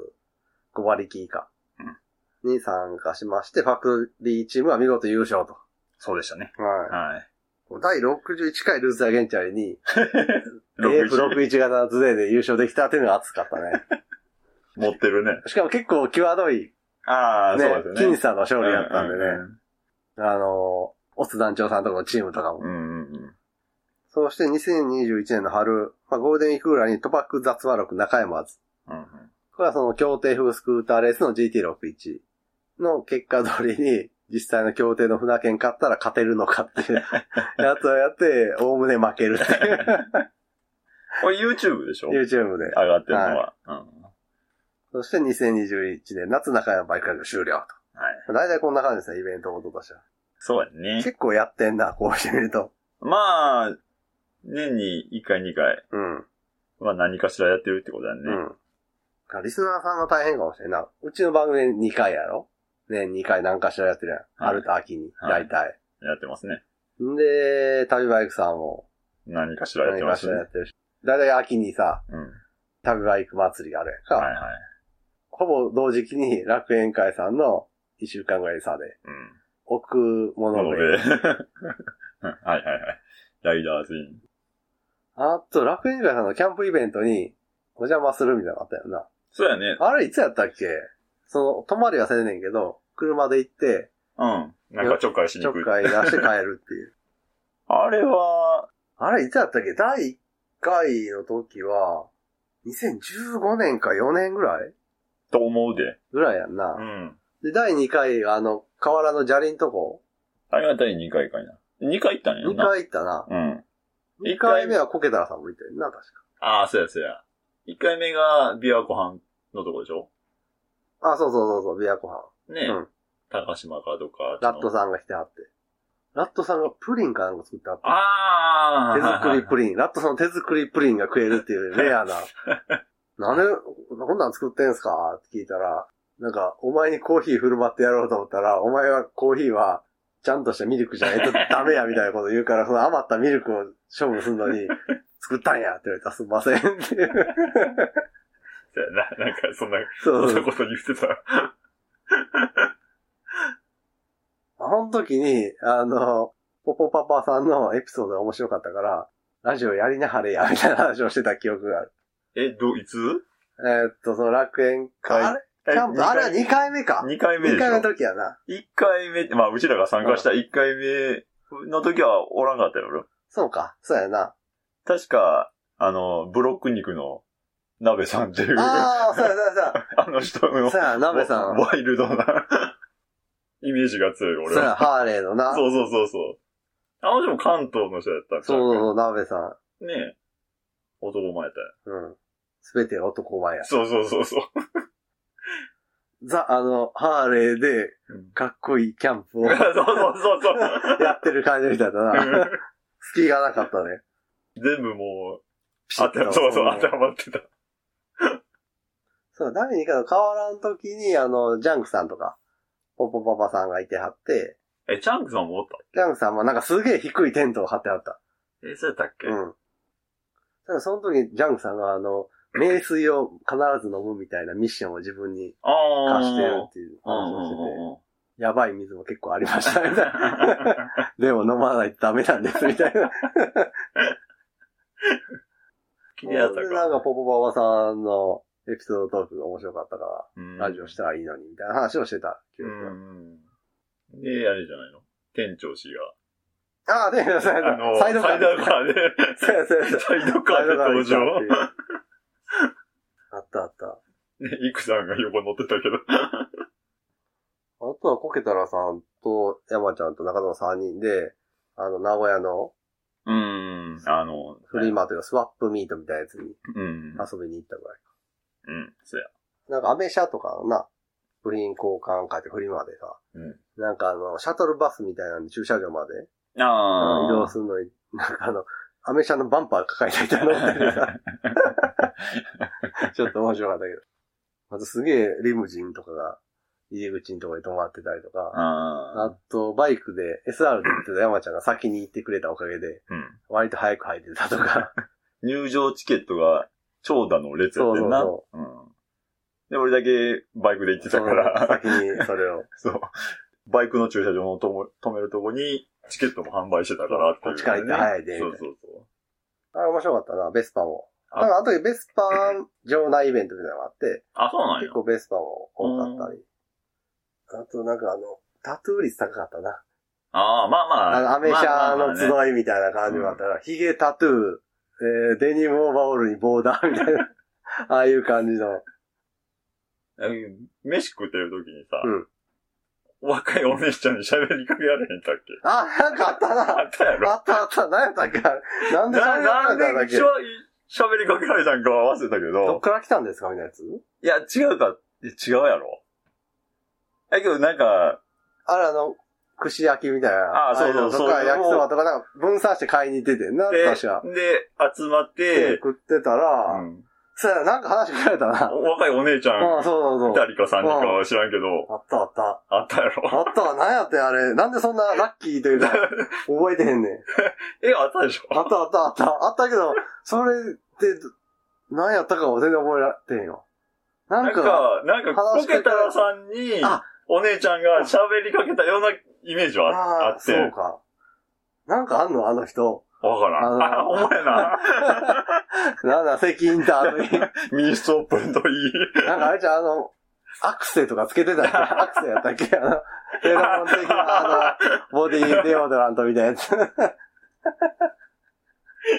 S1: 5馬力以下に参加しまして、ファクトリーチームは見事優勝と。
S2: そうでしたね。
S1: は
S2: はい。
S1: い。第61回ルーズ・アゲンチャリに
S2: 61
S1: AF61 型 のズレで優勝できたっていうのが熱かったね。
S2: 持ってるね。
S1: しかも結構際どい
S2: ああ、
S1: ね
S2: そうですよね。
S1: 僅差の勝利やったんでね。あの、オツ団長さんとかのチームとかも。
S2: うんうんうん。
S1: そうして2021年の春、まあ、ゴールデンウィークぐらいにトパック雑話録中山図。
S2: うんうん。
S1: これはその協定風スクーターレースの GT61 の結果通りに、実際の協定の船券買ったら勝てるのかっていうやつをやって、おおむね負けるって
S2: これ YouTube でしょ
S1: いう
S2: 上
S1: YouTube で。
S2: がってるのは。うん。
S1: そして2021年夏中山バイクライド終了
S2: はい。
S1: と。大体こんな感じですね、イベントごととしては。
S2: そうやね。
S1: 結構やってんな、こうしてみると。
S2: まあ、年に1回2回、
S1: うん。
S2: まあ何かしらやってるってことだね。
S1: うん。あリスナーさんが大変かもしれんな。うちの番組2回やろ年2回何かしらやってるやん。
S2: はい
S1: 春と秋に、
S2: はい
S1: 大体。
S2: やってますね。
S1: んで、旅バイクさんも
S2: 何かしらやっ
S1: 何
S2: てま
S1: か
S2: す
S1: し
S2: ね
S1: ら。やってるし。大体秋にさ、
S2: うん。
S1: 旅バイク祭りがあるやんか。
S2: はいはい。
S1: ほぼ同時期に楽園会さんの1週間ぐらい差で、
S2: うん。
S1: 奥
S2: な
S1: 物
S2: ので、
S1: 部。
S2: はいはいはい。ライダーズイン。
S1: あと、楽園会さんのキャンプイベントにお邪魔するみたいなのあったよな。
S2: そうやね。
S1: あれいつやったっけその、泊まりはせんねんけど、車で行って、
S2: うん。なんかちょっかいしに
S1: ちょっ
S2: くい。
S1: かい出して帰るっていう。
S2: あれは、
S1: あれ、いつだったっけ第1回の時は、2015年か4年ぐらい
S2: と思うで。
S1: ぐらいやんな。
S2: うん。
S1: で、第2回、あの、河原の砂利んとこ、
S2: あれが第2回かいな。2回行ったんや
S1: 2
S2: な。
S1: 回行ったな。
S2: うん。
S1: 2
S2: 一回
S1: 回目はコケタラさんもいてるな、確
S2: ああ、そうやそうや。1回目がビア湖畔のとこでしょ
S1: か。あ、そうそうそうそう、琵琶湖畔。
S2: ねえ。
S1: うん
S2: 高島かどか。
S1: ラット
S2: ん。
S1: さんが来てはって。ラットさんがプリンかなんか作ってはって。
S2: ああ
S1: 手作り
S2: リ
S1: プリン。ラットさんの手作りプリンが食えるっていうレ アな。なんで、こんなん作ってんすかって聞いたら、なんか、お前にコーヒー振る舞ってやろうと思ったら、お前はコーヒーは、ちゃんとしたミルクじゃないとダメや、みたいなこと言うから、その余ったミルクを処分するの に、作ったんやって言われたらすんませんっていう。
S2: そうやな。なんかそんな、
S1: そ
S2: そん
S1: うそ
S2: な
S1: う。
S2: こと言ってた。
S1: あの時に、あの、ポポパパさんのエピソードが面白かったから、ラジオやりなはれや、みたいな話をしてた記憶がある。
S2: え、ど、いつ
S1: えーっと、その楽園会。
S2: あ
S1: あれキャンプ、あれは2回目か。
S2: 二回目
S1: 2
S2: でしょ
S1: 回目の時やな。
S2: 一回目、まあ、うちらが参加した一回目の時はおらんかったやろ。
S1: そうか。そうやな。
S2: 確か、あの、ブロック肉の鍋さんっていう、あ
S1: ああ、そうやそうやそう や。
S2: の人の、
S1: そうや、鍋さん。
S2: ワイルドな イメージが強い、俺
S1: そうや、
S2: は。
S1: ハーレーのな。そう
S2: そうそうそうそう。あの人も関東の人やったんちゃ
S1: そうう
S2: か
S1: そう、鍋さん。
S2: ねえ。男前やったよ
S1: うん。すべて男前や。
S2: そうそうそうそう。
S1: ザ、あの、ハーレーで、かっこいいキャンプを
S2: そう
S1: や
S2: そうそう そう。
S1: ってる感じみたいだ
S2: う
S1: な。
S2: ん
S1: 隙がなかったね。
S2: 全部もう、
S1: ピシ
S2: あ
S1: ッ
S2: て
S1: と
S2: そうそう、
S1: そ
S2: 当てはまってた。
S1: そう、ダメに行かの変わらん時に、あの、ジャンクさんとか、ポポパパさんがいてはって、
S2: え、チャンクさんもおっ
S1: ジャンクさんもなんかすげえ低いテントを張ってはった。
S2: たえ、そうやったっけ、
S1: うん。ただその時、ジャンクさんが、あの、名水を必ず飲むみたいなミッションを自分に
S2: ああ。
S1: 課してるっていう話をしてて、やばい水も結構ありましたみたいな。 でも飲まないとダメなんですみたい な。
S2: 綺麗やったか。
S1: でなんか、ポポババさんのエピソードトークが面白かったか
S2: うん
S1: ら、ラジオしたらいいのにみたいな話をしてた記
S2: う
S1: 憶が。
S2: ん。で、あれじゃないの店長氏
S1: ああ、で、そう
S2: が。
S1: や
S2: あの、
S1: サイドカーで
S2: サイドカーで。
S1: そうやそうやそうや
S2: サイドカーで 登
S1: サイドカー
S2: 場
S1: で。来たっていうあったあった。
S2: ね、イクさんが横乗ってたけど。
S1: あとはコケタラさんと山ちゃんと中野3人で、あの、名古屋の
S2: うん。あの、
S1: フリマというかスワップミートみたいなやつに
S2: うん。
S1: 遊びに行ったぐらい。
S2: うん。そうや。
S1: なんかアメ車とかな、プリン交換会ってフリマでさ、
S2: うん
S1: なんかあの、シャトルバスみたいなんで駐車場まで
S2: ああ。
S1: 移動するのに、なんかあの、アメ車のバンパー抱えていたのって さ、ちょっと面白かったけど。あとすげえリムジンとかが入り口のところに止まってたりとか、
S2: あ
S1: あとバイクで SR で行ってた山ちゃんが先に行ってくれたおかげで、
S2: ーうん。
S1: 割と早く入ってたとか、
S2: 入場チケットが長蛇の列やってんな。
S1: そう
S2: うん。で、俺だけバイクで行って
S1: そ
S2: た
S1: の
S2: から、
S1: 先にそれを。
S2: そう。バイクの駐車場のとも止めるとこに、チケットも販売してたからって
S1: こ
S2: いう、
S1: っちから行って早いでみた
S2: そ
S1: いな
S2: うそうそう。
S1: あれ面白かったな、ベスパも。だ
S2: あ
S1: からあの時ベスパ場内イベントみたいなのがあって、
S2: あ、そうなんや
S1: 結。構ベスパも多かったり。あとなんかあの、タトゥー率高かったな。
S2: ああ、まあまあ。
S1: あの、アメ車の
S2: まあまあまあね
S1: 集いみたいな感じもあったから、ヒゲタトゥー、えーデニムオーバーオールにボーダーみたい な、ああいう感じの。
S2: うん飯食ってる時にさ、
S1: うん
S2: 若いお姉ちゃんに喋りかけられへんかったっけ
S1: あ、なんかあったな
S2: あったやろ
S1: あったあった、何やったっけあれなんで喋
S2: な
S1: ら
S2: な
S1: れ
S2: ん
S1: たんだっ
S2: で
S1: け
S2: しょ喋りかけられたんかは忘れたけ
S1: どっ
S2: ど、
S1: から来たんですかみたいなやつ
S2: いや、違うか、いや違うやろ。だけどなんか、
S1: あれあの、串焼きみたいな。
S2: あそうそ
S1: ああい
S2: う
S1: のと
S2: そう
S1: か焼きそばとか、なんか分散して買いに行っててんな、
S2: で、で
S1: 確か。、
S2: 集まっ
S1: で
S2: て、
S1: 食ってたら、
S2: うん
S1: そうやな、なんか話聞かれたな。
S2: 若いお姉ちゃ
S1: うん、
S2: ん、
S1: そうそうそう。
S2: 誰かさんにかは知らんけど、
S1: あったあった。
S2: あったや
S1: あ
S2: ろ。
S1: ったわ、何やってんあれ。なんでそんなラッキーというか、覚えてへんねん。
S2: え、あったでしょ
S1: あったあったあった。あったけど、それって、何やったかは全然覚えられてへんよ。な
S2: なん
S1: んか、
S2: か、なんか、
S1: 話
S2: コ
S1: しかけ
S2: ケタラさんに
S1: あ、
S2: お姉ちゃんが喋りかけたようなイメージはあ
S1: あ
S2: あ
S1: あ、
S2: っ
S1: そ
S2: て、
S1: うか。なんかあんのあの人。
S2: わからん。
S1: あの
S2: あ、お前 な、
S1: なんだ、セキインターのに。
S2: ミストップのといい。
S1: なんかあれじゃん、あの、アクセとかつけてたやつ。アクセやったっけあの、フェロモン的な、あの、ボディデオドラントみたいなやつ。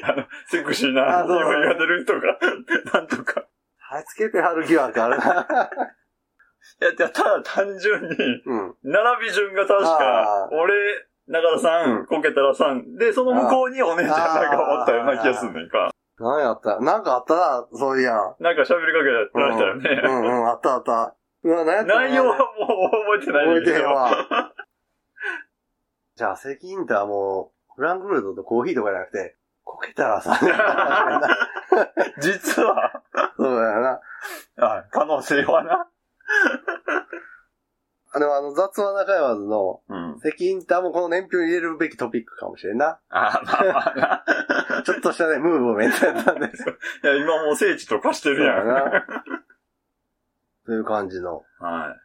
S2: あの、 セクシーな
S1: あそう
S2: 匂いが出るとか、 なんとか。
S1: あれつけてはる疑惑あるな。
S2: いや、いやただ単純に、
S1: うん。
S2: 並び順が確
S1: あ
S2: か
S1: あ、
S2: 俺、中田さん、コケタラさん、で、その向こうにお姉ちゃんなんかおったような気がすんねんか。
S1: 何やったなんかあったな、そういや。
S2: なんか喋りかけられたよ
S1: う
S2: ね。
S1: んうん、あったあった。うわ、何やったかな
S2: 内容はもう覚えてない
S1: 覚
S2: ね
S1: え
S2: ん
S1: て
S2: だ
S1: へ
S2: け
S1: ん
S2: ど。
S1: わ。 じゃあ、セキインターも、フランクフルトとコーヒーとかじゃなくて、こけたら さ、
S2: 実は、
S1: そうだよな。
S2: あ可能性はな。
S1: あの、あの、雑話仲わずの、
S2: うん。
S1: セキインターもこの年表に入れるべきトピックかもしれんな。
S2: あまあまあな。
S1: ちょっとしたね、ムーブメントやったんです。
S2: いや、今もう聖地と化して
S1: そう
S2: るや
S1: だ
S2: ん。
S1: な。という感じの、
S2: は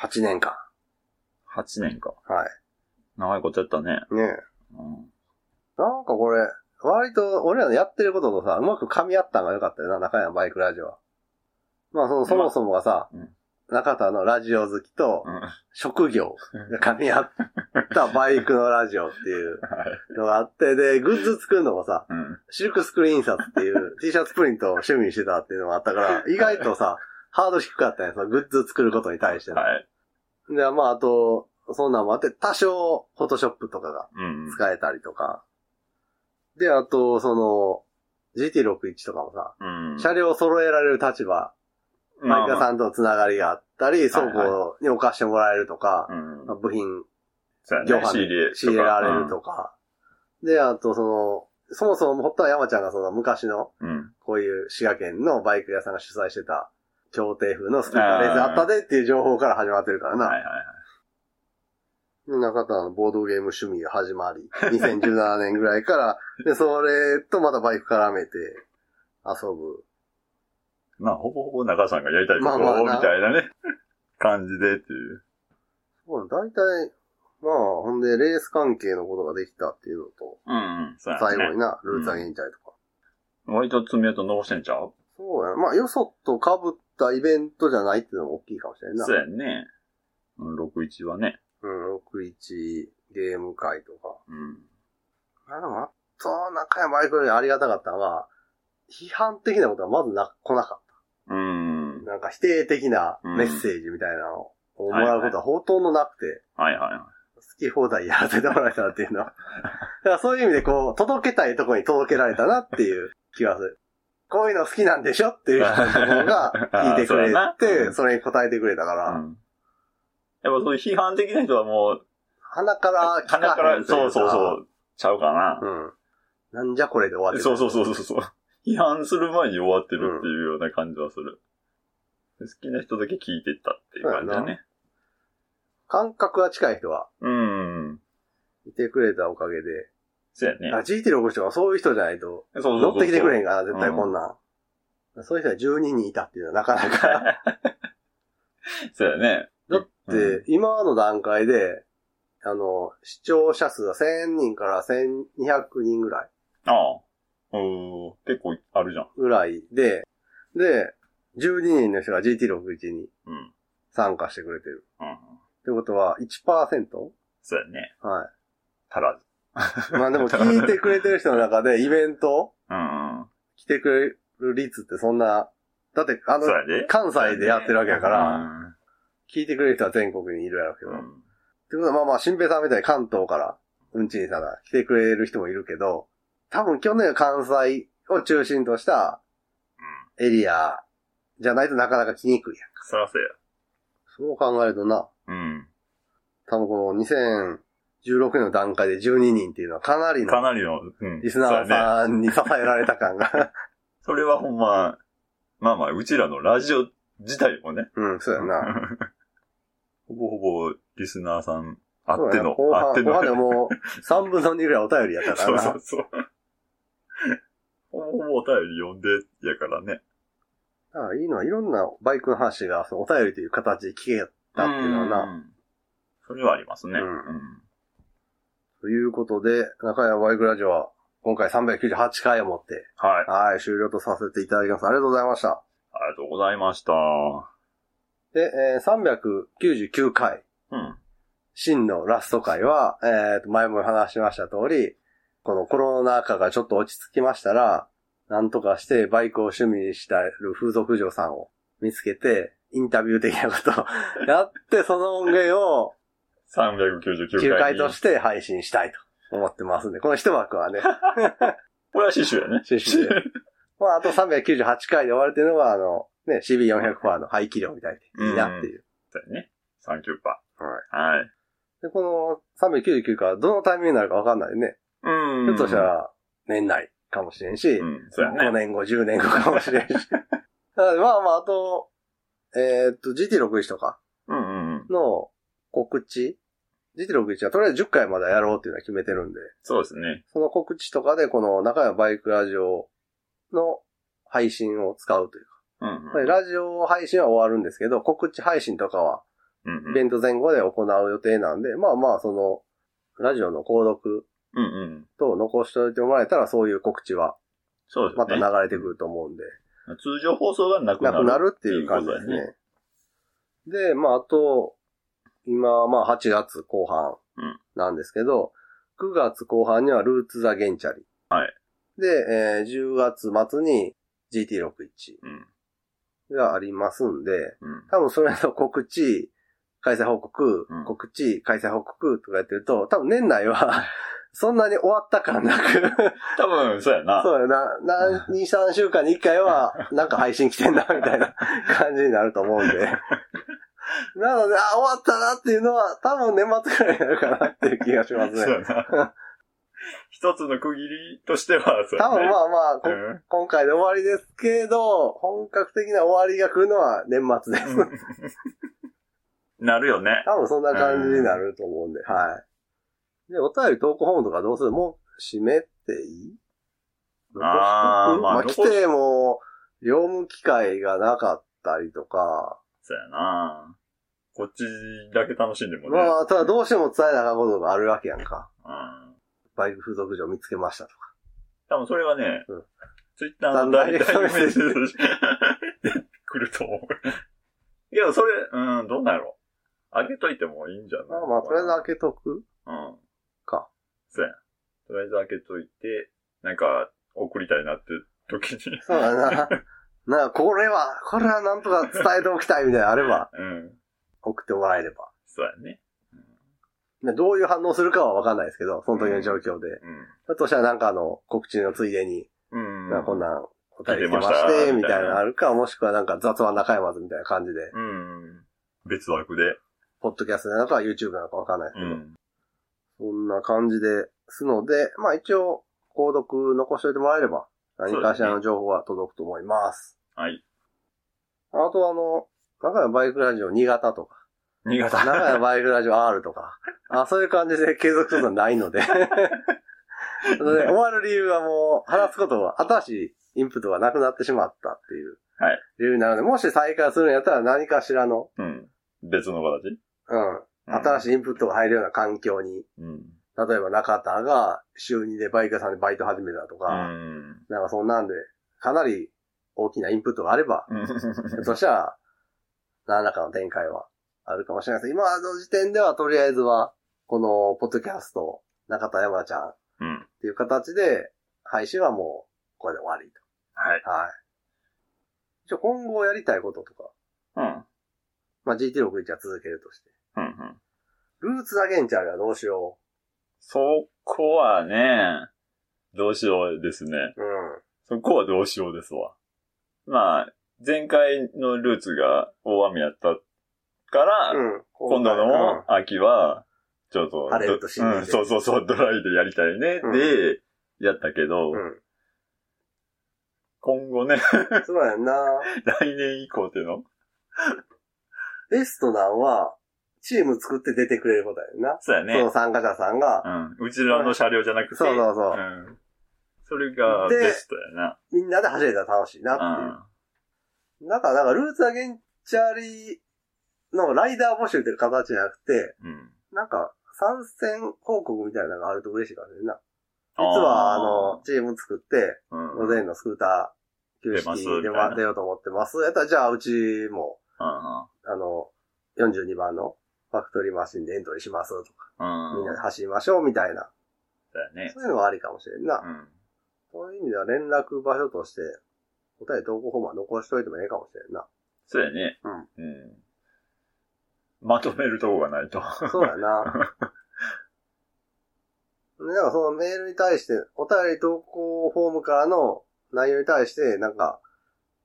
S1: 8年間。
S2: い。8年か。
S1: は
S2: 長いことやったね。
S1: い。ねえ
S2: うん。
S1: なんかこれ、割と俺らのやってることとさ、うまく噛み合ったのが良かったよな、中山バイクラジオは。まあその、そもそもがさ、
S2: うん
S1: 中田のラジオ好きと
S2: うん。
S1: 職業が噛み合ったバイクのラジオっていう
S2: はい。
S1: のがあって、で、グッズ作るのもさ、
S2: うん。
S1: シルクスクリーン印刷っていう T シャツプリントを趣味にしてたっていうのがあったから、意外とさ、ハード低かったね、そのグッズ作ることに対しての。
S2: はい。
S1: で、まああと、そんなんもあって、多少、フォトショップとかが
S2: うん。
S1: 使えたりとか。で、あと、その、GT61 とかもさ、
S2: うん。
S1: 車両を揃えられる立場、
S2: ま
S1: マイカ
S2: あ
S1: さんとのつながりがあったり、倉庫に置かしてもらえるとか、
S2: まあうん。
S1: まあ部品、
S2: そう
S1: 量
S2: やね。
S1: 販
S2: 仕
S1: で
S2: 入れ。
S1: 仕入れられるとか。で、あと、その、そもそも、ほった山ちゃんがその昔の、
S2: うん。うん。
S1: こういう滋賀県のバイク屋さんが主催してた、協定風のスピーカーレースあったでっていう情報から始まってるからな。
S2: はいはいはい。
S1: 中田のボードゲーム趣味が始ま り、2017年ぐらいから、で、それとまたバイク絡めて遊ぶ。
S2: まあ、ほぼほぼ中さんがやりたいことを、
S1: まあまあな
S2: みたいなね。感じでっていう。
S1: そうだいたい、まあ、ほんで、レース関係のことができたっていうのと、
S2: うん、うん。そうやね。
S1: 最後にな、ルーツアゲインチャイとか。
S2: 割と爪痕残してんちゃう
S1: そうやな。まあ、よそと被ったイベントじゃないっていうのも大きいかもしれんな
S2: そう。やね。うん61はね。
S1: うん、61ゲーム会とか。
S2: うん。
S1: まあ、でも、あと、中山バイクよりありがたかったのは、批判的なことはまずな、来なかった。
S2: うん。
S1: なんか否定的なメッセージみたいなのをもらうことはほとんどなくて、
S2: はいはいは
S1: 好き放題やらせてもらえたって いうのは。だからそういう意味でこう、届けたいとこに届けられたなっていう気がする。こういうの好きなんでしょっていう人の方が聞いてくれ
S2: あ ーそうや
S1: て、
S2: な
S1: それに答えてくれたか
S2: い。う
S1: ら、
S2: ん。やっぱそういう批判的な人はもう、
S1: 鼻から聞か
S2: 鼻から
S1: へ、んとい
S2: そう
S1: か
S2: そうそう、ちゃうかな。
S1: うん。なんじゃこれで終わって
S2: そう
S1: う。
S2: そうそうそうそう。 批判する前に終わってるっていうような感じはする。好きな人だけ聞いてったっていう感じだね。
S1: 感覚が近い人は
S2: うん。
S1: いてくれたおかげで、
S2: そうやね。
S1: あ GT65 とかそういう人じゃないと、
S2: そうそうそう
S1: 乗
S2: そう
S1: ってきてくれへんから、絶対こんなん。そういう人が12人いたっていうのはなかなか。
S2: そうやね。
S1: だっ
S2: うん
S1: て、今の段階で、あの、視聴者数が1000人から1200人ぐらい、
S2: ああ。おー結構あるじゃん。
S1: ぐらいで、で、12人の人が GT61 に
S2: うん。
S1: 参加してくれてる。
S2: うん。
S1: ってことは1%?
S2: そうやね。
S1: は
S2: 足らず。
S1: い。まあでも聞いてくれてる人の中 でイベント
S2: うんうん。
S1: 来てくれる率ってそんな、だってあの
S2: そう、やで。
S1: 関西でやってるわけやから、
S2: ら。
S1: 聞いてくれる人は全国にいるやろうけど。
S2: う
S1: ってこと
S2: ん。
S1: はまあまあ、新平さんみたいに関東から、うんちにさんが来てくれる人もいるけど、多分去年は関西を中心としたエリアじゃないとなかなか来にくいやん。
S2: そらそうや。
S1: そう考えるとな、
S2: うん。
S1: 多分この2016年の段階で12人っていうのはかなり
S2: か
S1: の
S2: なりの、うん。
S1: リスナー
S2: そうやね。
S1: さんに支えられた感が。
S2: それはほんま、まあまあ、うちらのラジオ自体もね。
S1: うん、そうやな。
S2: ほぼほぼ、リスナーさん、あ
S1: そう
S2: っ
S1: や
S2: て
S1: な
S2: の
S1: 後、
S2: あ
S1: 半、
S2: って
S1: 後
S2: の。
S1: 半でもう3分の2ぐらいお便りやったか
S2: そう
S1: ら
S2: そ
S1: な
S2: う。そう。ほぼほぼお便り読んで、やからね。
S1: だからいいのはいろんなバイクの話がそのお便りという形で聞けたっていうのはな。
S2: ん。それはありますね。
S1: うん
S2: ん
S1: ということで、中山バイクラジオは今回398回をもって、
S2: はい。
S1: はい、終了とさせていただきます。ありがとうございました。
S2: ありがとうございました。う
S1: で、えー399回、
S2: ん。
S1: 真のラスト回は、えーと、前も話しました通り、このコロナ禍がちょっと落ち着きましたら、なんとかしてバイクを趣味にしてる風俗嬢さんを見つけて、インタビュー的なことを やって、その音源を
S2: 399
S1: 9
S2: 回
S1: 回
S2: に。
S1: として配信したいと思ってますんで、この一枠はね、
S2: これは死守やね。
S1: 死守 でまあ、あと398回で終わるっていうのが、あの、ね、CB400% の排気量みたいでいいなっていう。
S2: そうやね。39%。はい。はい。
S1: で、この399回はどのタイミングになるかわかんないよね。
S2: う
S1: ひょっとした。ら、年内かもしれんし、
S2: うん、そうや
S1: 5
S2: ね。
S1: 年後、10年後かもし れんし。だからまあまあ、あと、えーっと、GT61 とか
S2: うんうんうん。
S1: の告知 ?GT61 はとりあえず10回までやろうっていうのは決めてるんで、
S2: そうですね。
S1: その告知とかでこの中山バイクラジオの配信を使うという
S2: うんうん。
S1: か、ラジオ配信は終わるんですけど、告知配信とかは
S2: うんうん
S1: イベント前後で行う予定なんで、まあまあ、その、ラジオの購読
S2: うんうん。
S1: と残しておいてもらえたら、そういう告知は
S2: そうですね。
S1: また流れてくると思うんで、
S2: 通常放送がなくな
S1: な
S2: る。
S1: くなるっていう感じですね。で、まあ、あと、今、まあ、8月後半
S2: うん
S1: なんですけど、9月後半にはルーツ・ザ・ゲンチャリ。
S2: はい
S1: で、えー10月末に GT61
S2: うん。
S1: がありますんで、
S2: うん。
S1: 多分それの告知、開催報告、
S2: うん
S1: 告知、開催報告とかやってると、多分年内は、そんなに終わった感な く、
S2: 多分、そうやな。
S1: そうやな、何、2、3週間に1回は、なんか配信来てんな、みたいな感じになると思うんで。 なので、あ、終わったなっていうのは、多分年末くらいになるかなっていう気がします
S2: そう
S1: ね。
S2: やな。一つの区切りとしては、そうや
S1: 多
S2: ね
S1: 分まあまあ、こ
S2: うん
S1: 今回で終わりですけど、本格的な終わりが来るのは年末です。
S2: うん なるよね。
S1: 多分そんな感じになると思うんで、はい。で、お便り投稿フォームとかどうするもう閉めていい
S2: あー
S1: 残しとく
S2: ま
S1: まあ、
S2: あ残
S1: 来
S2: して
S1: も、読む機会がなかったりとか、
S2: そうやな。こっちだけ楽しんでもね。
S1: まあ、ただどうしても伝えなあかんことがあるわけやんか。
S2: うん。
S1: バイク風俗場見つけましたとか。
S2: 多分それはね
S1: うん、
S2: ツイッターのダイレクトメッセー
S1: ダイレ
S2: ジで来ると思う。いや、それ、うん、どうなんやろ。あげといてもいいんじゃない
S1: まあまあ、とりあえず開けとく
S2: うん。
S1: か。
S2: そうや。とりあえず開けといて、なんか、送りたいなって時に。
S1: そうだな。なあ、これは、これはなんとか伝えておきたいみたいなのあれば、
S2: うん。
S1: 送ってもらえれば。
S2: そうやね。
S1: でどういう反応するかはわかんないですけど、その時の状況で。だとしたらなんかあの、告知のついでに、
S2: うん。
S1: なん
S2: う
S1: かこんなん、お便り
S2: 聞
S1: 来
S2: いて
S1: てま
S2: まし
S1: したて、み
S2: み
S1: た
S2: た
S1: い
S2: い
S1: な
S2: な
S1: のあるか、もしくはなんか雑話仲山津みたいな感じで、
S2: うん。別枠で。
S1: ポッドキャストなのか YouTube なのかわかんないですけど、
S2: ん。
S1: そんな感じですので、まあ一応、購読残しておいてもらえれば、何かしらの情報は届くと思います。
S2: はい。
S1: あとあの、長山バイクラジオ新潟とか、
S2: 新潟。
S1: 長山バイクラジオ R とか、あそういう感じで継続するのはない ので、なので終わる理由はもう、話すことは、新しいインプットがなくなってしまったっていう、
S2: はい
S1: 理由になるので、もし再開するんやったら何かしらの、
S2: うん。別の形
S1: うん、新しいインプットが入るような環境に、
S2: い。うん。
S1: 例えば中田が週2でバイク屋さんでバイト始めたと
S2: う
S1: か、
S2: ん。
S1: なんかそんなんで、かなり大きなインプットがあれば、そしたら、何らかの展開はあるかもしれないです。今の時点ではとりあえずは、この、ポッドキャスト、中田山ちゃんっ
S2: うん。
S1: ていう形で、配信はもう、これで終わり
S2: はい。
S1: と。はい。じゃあ今後やりたいこととか、
S2: うん。
S1: まあ、GT61 は続けるとして。
S2: うん、うん。
S1: ルーツアゲンチャーがどうしよ
S2: そこはね、どうしようですね。
S1: う。う
S2: そこはどうしようですわ。まあ、前回のルーツが大雨やったから、
S1: ん。うん。
S2: 今度の秋は、ちょっと、
S1: 晴れると信じて
S2: うんそうそうそう、ドライでやりたいね、で、やったけど、
S1: うん。うん。
S2: 今後ね、
S1: そうやんな。
S2: 来年以降っていうの
S1: レストランは、チーム作って出てくれることやんな。
S2: そうやね。
S1: その参加者さんが、
S2: うん。うちらの車両じゃなくて。
S1: そうそうそう。
S2: ん。それが
S1: で
S2: ベストや
S1: みんなで走れたら楽しいなっていう。
S2: な。
S1: なんか、なんか、ルーツアゲンチャリのライダー募集っていう形じゃなくて、
S2: うん。うん。
S1: なんか、参戦報告みたいなのがあると嬉しいからねんな。実
S2: 実
S1: は、あの、、チーム作って、
S2: うん。
S1: 午前のスクーター、旧
S2: 出ます
S1: 式で
S2: みたいな
S1: 出ようと思ってます。やったら、じゃあ、うちも、
S2: う
S1: あの、42番のファクトリーマシンでエントリーしますとか、
S2: ん。うん。
S1: みんなで走りましょうみたいな。
S2: だよね
S1: そ。ういうのはありかもしれんな。
S2: うん。
S1: そういう意味では連絡場所として、答え投稿フォームは残しといてもええかもしれんな。
S2: そうやね。。
S1: うん
S2: まとめるとこがないと。
S1: そうや な。でなんかそのメールに対して、お便り投稿フォームからの内容に対して、なんか、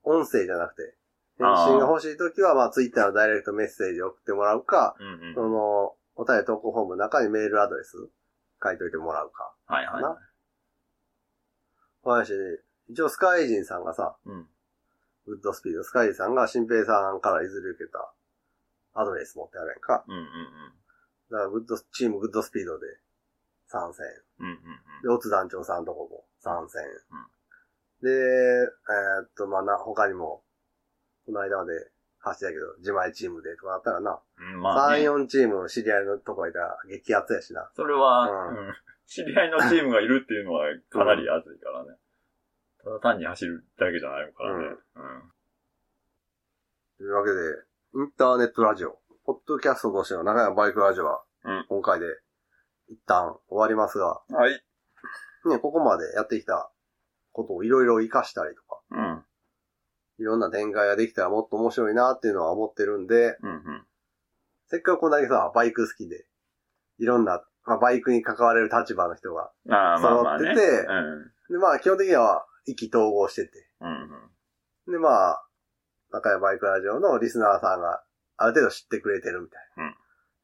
S1: 音声じゃなくて、返信が欲しいときは、まあ、ツイッターのダイレクトメッセージ送ってもらうか、
S2: うんうん
S1: そ。の、お便り投稿フォームの中にメールアドレス書いといてもらうか。
S2: はいはい。
S1: なわし、一応スカイジンさんがさ、
S2: うん。
S1: ウッドスピード、スカイジンさんが新平さんから譲り受けたアドレス持ってあるやんか。
S2: うんうん
S1: だから、グッド、チームグッドスピードで参戦。
S2: うん。うんうんう
S1: で、
S2: ん。
S1: オツ団長さんとこも参戦。で、えーっと、まあ、な、他にも、この間まで走ったけど、自前チームでとかあったらな、
S2: うんまあ、ね、
S1: 3、4チーム知り合いのとこいたら激アツやしな。
S2: それは、
S1: う
S2: うん知り合いのチームがいるっていうのはかなり熱いからね。ただ単に走るだけじゃないからね。うん
S1: というわけで、インターネットラジオ、ポッドキャストとしての長山バイクラジオは
S2: うん、
S1: 今回で一旦終わりますが、
S2: はい。
S1: ね、ここまでやってきたことをいろいろ活かしたりとか、
S2: うん。
S1: いろんな展開ができたらもっと面白いなっていうのは思ってるんで、
S2: うんうん。
S1: せっかくこんだけさ、バイク好きで、いろんな、まあ、バイクに関われる立場の人が、
S2: ああ、まあまあ
S1: 揃
S2: ね。
S1: ってて
S2: うん。
S1: で、まあ、基本的には意気投合してて、
S2: うんうん。
S1: で、まあ、中山バイクラジオのリスナーさんが、ある程度知ってくれてるみたいな、
S2: うん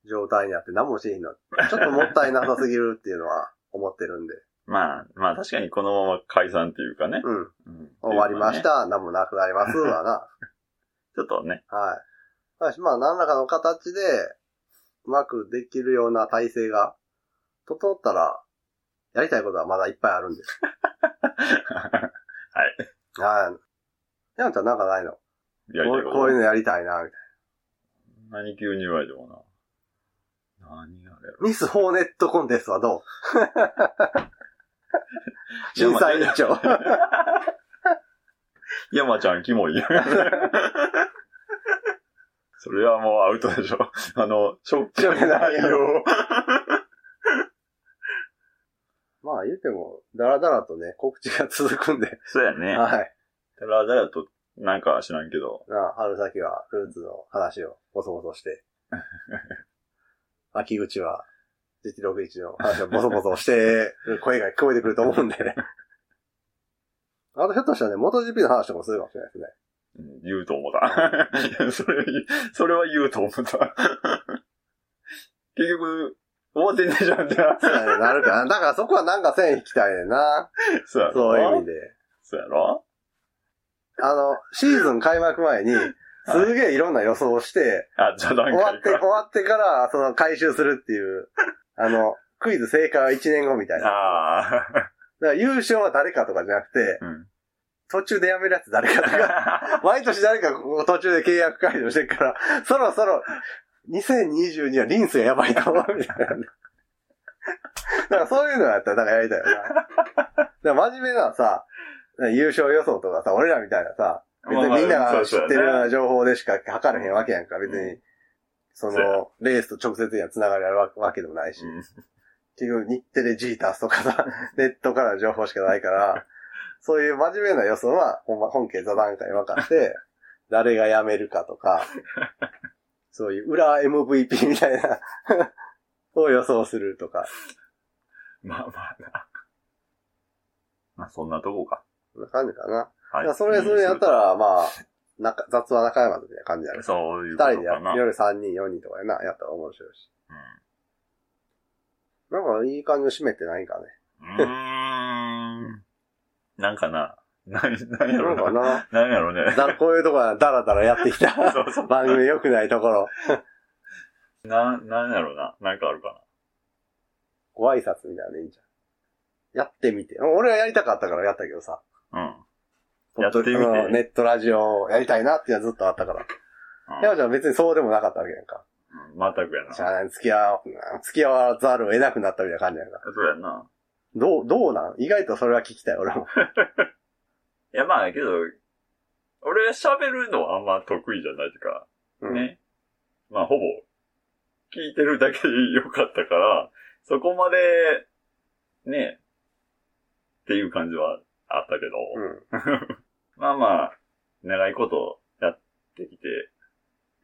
S1: 状態にあって何もしいの。ちょっともったいなさすぎるっていうのは思ってるんで、
S2: まあ、まあ確かにこのまま解散っていうかね。
S1: うん、
S2: うん
S1: 終わりまし。、
S2: った
S1: 何もなくなり ますわな。
S2: ていうかねちょっとね。
S1: はい。まあし、まあ、何らかの形で、うまくできるような体制が、整ったら、やりたいことはまだいっぱいあるんです。 はい。山ちゃんなんかないのこ
S2: やりたいこ
S1: う
S2: と
S1: こういうのやりたいな、みたい
S2: 何急に言われてもな。何あれやろ
S1: な。ミス・ホーネットコンテストはどう審査委員長。
S2: 山ちゃん、キモい。それはもうアウトでしょ。あの、ショックないよ。
S1: まあ言うても、だらだらとね、告知が続くんで。
S2: そうやね。
S1: はい。
S2: ただ、だらと、なんか知らんけど。
S1: なあ春先はルーツの話をボソボソして。秋口は、実力一の話をボソボソしてる声が聞こえてくると思うんでね。あとひょっとしたらね、元 GP の話とかもするかもしれないですね。
S2: うん言うと思った。い やそれ、それは言うと思った。結局、終わってんねえじゃんってな。
S1: そうやねなるかな。だからそこはなんか線引きたいねんな。
S2: そうやろ
S1: そういう意味で。
S2: そうやろ
S1: あの、シーズン開幕前に、すげえいろんな予想をして、
S2: あ、じゃあ段
S1: 終わ
S2: 階
S1: って、終
S2: か。
S1: わってから、その回収するっていう、あの、クイズ正解は1年後みたいな。だか
S2: ああ。
S1: ら優勝は誰かとかじゃなくて、
S2: うん。
S1: 途中で辞めるやつ誰かと か、毎年誰かこう途中で契約解除してるから、そろそろ、2022はリンスがやばいと思うみたいな。だからそういうのやったら、なんかやりたいよな。だから真面目なさ、優勝予想とかさ、俺らみたいなさ、別にみんなが知ってるような情報でしか測れへんわけやんか、別に。そ
S2: そうや
S1: の、レースと直接的な繋がりあるわわけでもないし、
S2: うん
S1: 結局日テレジータースとかさ、 ネットからの情報しかないから、そういう真面目な予想は、ほんま、本家座談会に分か って、誰が辞めるかとか、そういう裏 MVP みたいな、 を予想するとか、
S2: まあまあな。まあそんなとこか。
S1: そんな感じかな。
S2: はい
S1: やそれ、それやったら、まあ、なか雑話仲間みたいな感じやね。
S2: そうい
S1: 二
S2: うこと
S1: 人でや
S2: かな。
S1: 夜三人、四人とかやな、やったら面白いし。
S2: うん
S1: なんかいい感じの締めてないかね。
S2: うーん。なんかな。なん、なんや
S1: な
S2: ろ
S1: んか
S2: な。
S1: な。
S2: なんやろね。
S1: だこ ういうとこはダラダラやってきた
S2: そうそう
S1: 番組良くないところ。
S2: な、なんやろな。なんかあるか
S1: ご挨拶みたいなのでいいんじゃん。やってみて。俺はやりたかったからやったけどさ。
S2: な。うん。やってみて。
S1: うんネットラジオやりたいなっていうのはずっとあったから。
S2: うん
S1: 山ちゃんは別にそうでもなかったわけやんか。
S2: うん全くやな。
S1: し
S2: そ
S1: ゃあない、付き合わ、付き合わざるを得なくなったみたいな感じやんか。
S2: うやな。
S1: どう、どうなん意外とそれは聞きたい、俺も。
S2: いやまあ、けど、俺喋るのはあんま得意じゃないというか、
S1: うん。
S2: ね。まあ、ほぼ、聞いてるだけでよかったから、そこまで、ね、っていう感じはあったけど、
S1: うん。
S2: まあまあ、長いことやってきて、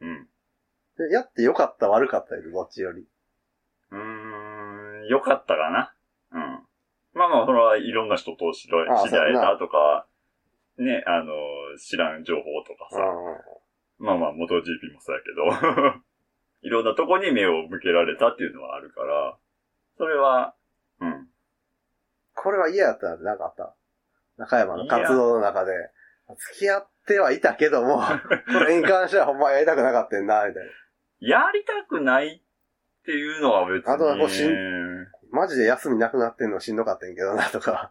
S2: うん。
S1: でやって良かった、悪かったより、どっちより。
S2: うーん、よかったかな。うん。まあまあ、それはいろんな人と知り合
S1: ああ
S2: い知り合えたとか、ね、あの、知らん情報とかさ、まあまあ、元 GP もそうやけど、 いろんなとこに目を向けられたっていうのはあるから、それは、うん。
S1: これは嫌やったなんてなかった。中山の活動の中で、付き合ってはいたけど も、これに関してはほんまやりたくなかったんな、みたい
S2: やりたくないっていうのは別に。
S1: あとはこうしん
S2: どう
S1: な。マジで休みなくなってんのしんどかったんやけどな、とか。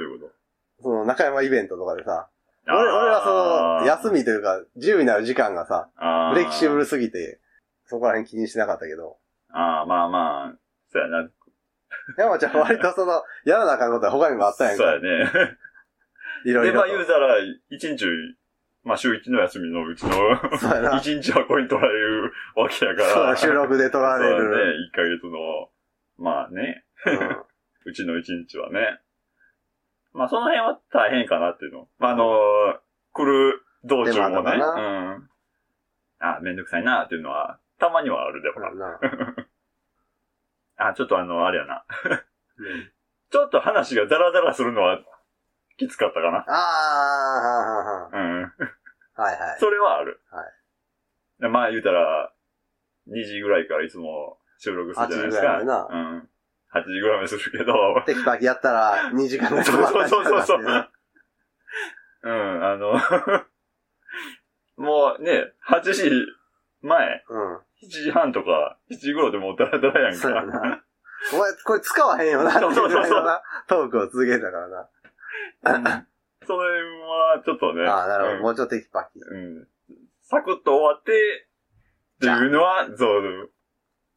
S2: いうこと
S1: その中山イベントとかでさ、俺俺はその、休
S2: み、
S1: みというか、自由になる時間がさ、
S2: あー
S1: フレキシブル。すぎて、そこら辺気にしなかったけど、
S2: ああ、まあまあ、そうやな。
S1: 山ちゃん割とその、やらなあかんことは他にもあったんやん
S2: そう
S1: か。
S2: やね。
S1: いろい
S2: で、
S1: ろ
S2: まあ
S1: と。
S2: 言うたら、一日、まあ週一の休みのうち の、
S1: そうやな。
S2: 一日はこれに捉えるわけやか
S1: そ
S2: ら。
S1: う、収録で撮られ
S2: そう
S1: る。
S2: ね、一ヶ月の、まあね、
S1: うん
S2: うちの一日はね。まあその辺は大変かなっていうの。まああの来る道中
S1: 手間
S2: も
S1: とか
S2: ね、う。
S1: なん
S2: あ、めんどくさいなっていうのは、たまにはあるでほ
S1: ま
S2: ら
S1: あ。な
S2: あ、ちょっとあの、あれやな。 ちょっと話がダラダラするのは、きつかったか
S1: あ
S2: な。うん。
S1: ー、はいはい。
S2: それはある。
S1: は
S2: でまあ言うたら、2時ぐらいからいつも収録するじゃないですか。
S1: 8時ぐらいまで
S2: うん。8時ぐらいまでする けど。
S1: テキパキやったら2時間ぐらい
S2: そうそうそうそうそう。
S1: 止
S2: う
S1: まったりとかしてね
S2: ん、あの、 もうね、8時前、7時半とか、7時頃でもうダラダラ
S1: う
S2: や
S1: ん。
S2: ん
S1: そうや
S2: か。
S1: な。お前、これ使わへんよな、っていうぐらいのなトークを続けたからな。
S2: うんそれはちょっとね。
S1: ああ、なるほど。もうちょっとテキパキ。
S2: うん。うんサクッと終わって、っていうのは、そう、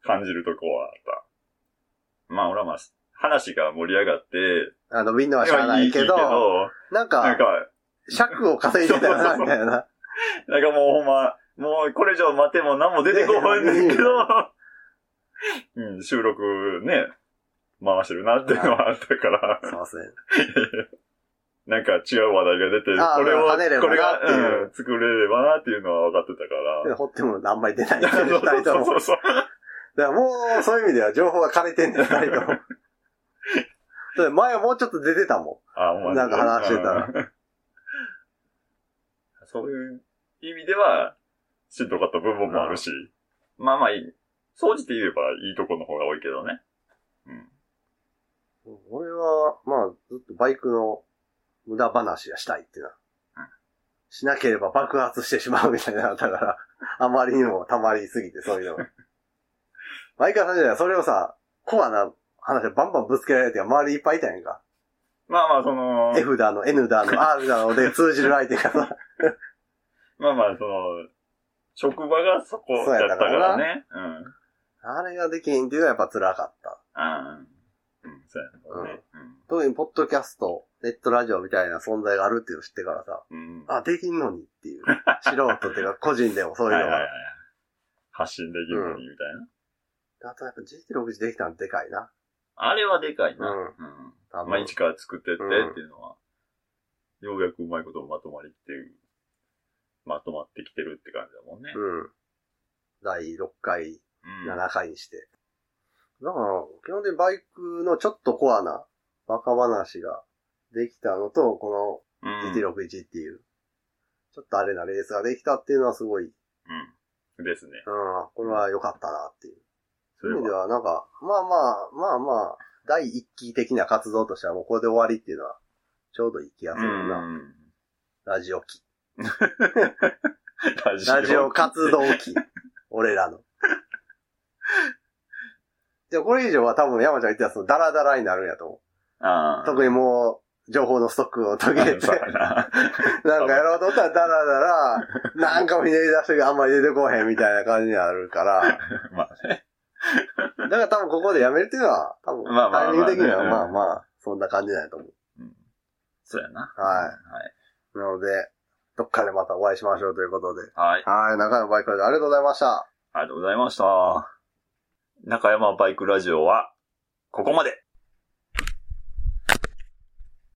S2: 感じるとこはあった。まあ、俺はまあ、話が盛り上がって、
S1: あの、みんなはしゃあないけど、
S2: いやいいど
S1: なん
S2: なん
S1: か、
S2: か、
S1: 尺を稼いでたよな、みたいな。
S2: なんかもうほんま、もうこれ以上待ても何も出てこないんだけど、 うん、収録ね、回してるなっていうのはあったから、
S1: そうっすね。
S2: なんか違う話題が出て、
S1: あー
S2: これを、
S1: 跳ねればな
S2: これが、
S1: っていう
S2: うん、作れればなっていうのは分かってた
S1: 掘ってもあんまり出ないんで、
S2: から。
S1: 二人とも。だ
S2: そ
S1: か
S2: うそうそうそう。
S1: らもう、そういう意味では情報が枯れてんねん、二人とも。だって前はもうちょっと出てたも
S2: あ、ほまに
S1: なんか話してたら
S2: うんそういう意味では、しんどかった部分もあるし、まあまあいい。掃除て言えばいいとこの方が多いけどね。うん。
S1: ん。俺は、まあ、ずっとバイクの無駄話がしたいってな
S2: うん。
S1: しなければ爆発してしまうみたいな、だから、あまりにも溜まりすぎて、そういうの が。バイカーさんじゃない、それをさ、コアな話をバンバンぶつけられるって周りにいっぱいいたやんか。
S2: まあまあ、その、
S1: F だの、N だの、R だの で通じる相手がさ、
S2: まあまあ、その、職場がそこだったからね。うん。
S1: あれができへんっていうのはやっぱ辛かった。
S2: あーうん。そうやね。
S1: 特にポッドキャスト、ネットラジオみたいな存在があるっていうの知ってからさ、
S2: うん。うん。
S1: あ、できんのにっていう。素人っていうか、個人でもそういう
S2: はい
S1: の
S2: はいはい
S1: が。。
S2: 発信できるのに、みたいな。
S1: あとやっぱ GT61 できたのでかいな。
S2: あれはでかいな。
S1: うん
S2: うん。
S1: 多
S2: まあ、
S1: 分
S2: 一から作ってって
S1: うん
S2: っていうのは、ようやくうまいことまとまりっていう、まとまってきてるって感じだもんね。
S1: うん。第6回、
S2: うん。
S1: 7回にして。だから、基本的にバイクのちょっとコアなバカ話ができたのと、こ
S2: う
S1: の
S2: ん。
S1: GT61 っていう、ちょっとあれなレースができたっていうのはすごい、うん、
S2: うん。ですね。
S1: これは良かったなっていう。
S2: そ
S1: そうい
S2: れ
S1: う意味で
S2: は。
S1: は、なんか、まあまあ、まあまあ、第一期的な活動としてはもうこれで終わりっていうのは、ちょうどいい気がす
S2: う
S1: るな。
S2: ん。
S1: ラジオ期。
S2: ラジオ。
S1: ラジオ活動 期。俺らの。じゃあこれ以上は多分山ちゃん言ってたそのダラダラになるんやと思
S2: あ
S1: う。
S2: あ。
S1: 特にもう、情報のストックを途切れて、
S2: そうやな。
S1: なんかやろうと思ったらダラダラ、なんかもひねり出してあんまり出てこへんみたいな感じになるから、
S2: まあね。
S1: だから多分ここでやめるっていうのは、多分、
S2: まあまあま
S1: タ
S2: あ
S1: イミング的には
S2: うん
S1: まあまあ、そんな感じなんやと思う。
S2: うんそうやな。。
S1: はいなので、どっかでまたお会いしましょうということで。
S2: はい。はい。
S1: はい、中山バイクラジオありがとうございました。
S2: ありがとうございました。中山バイクラジオは、ここまで。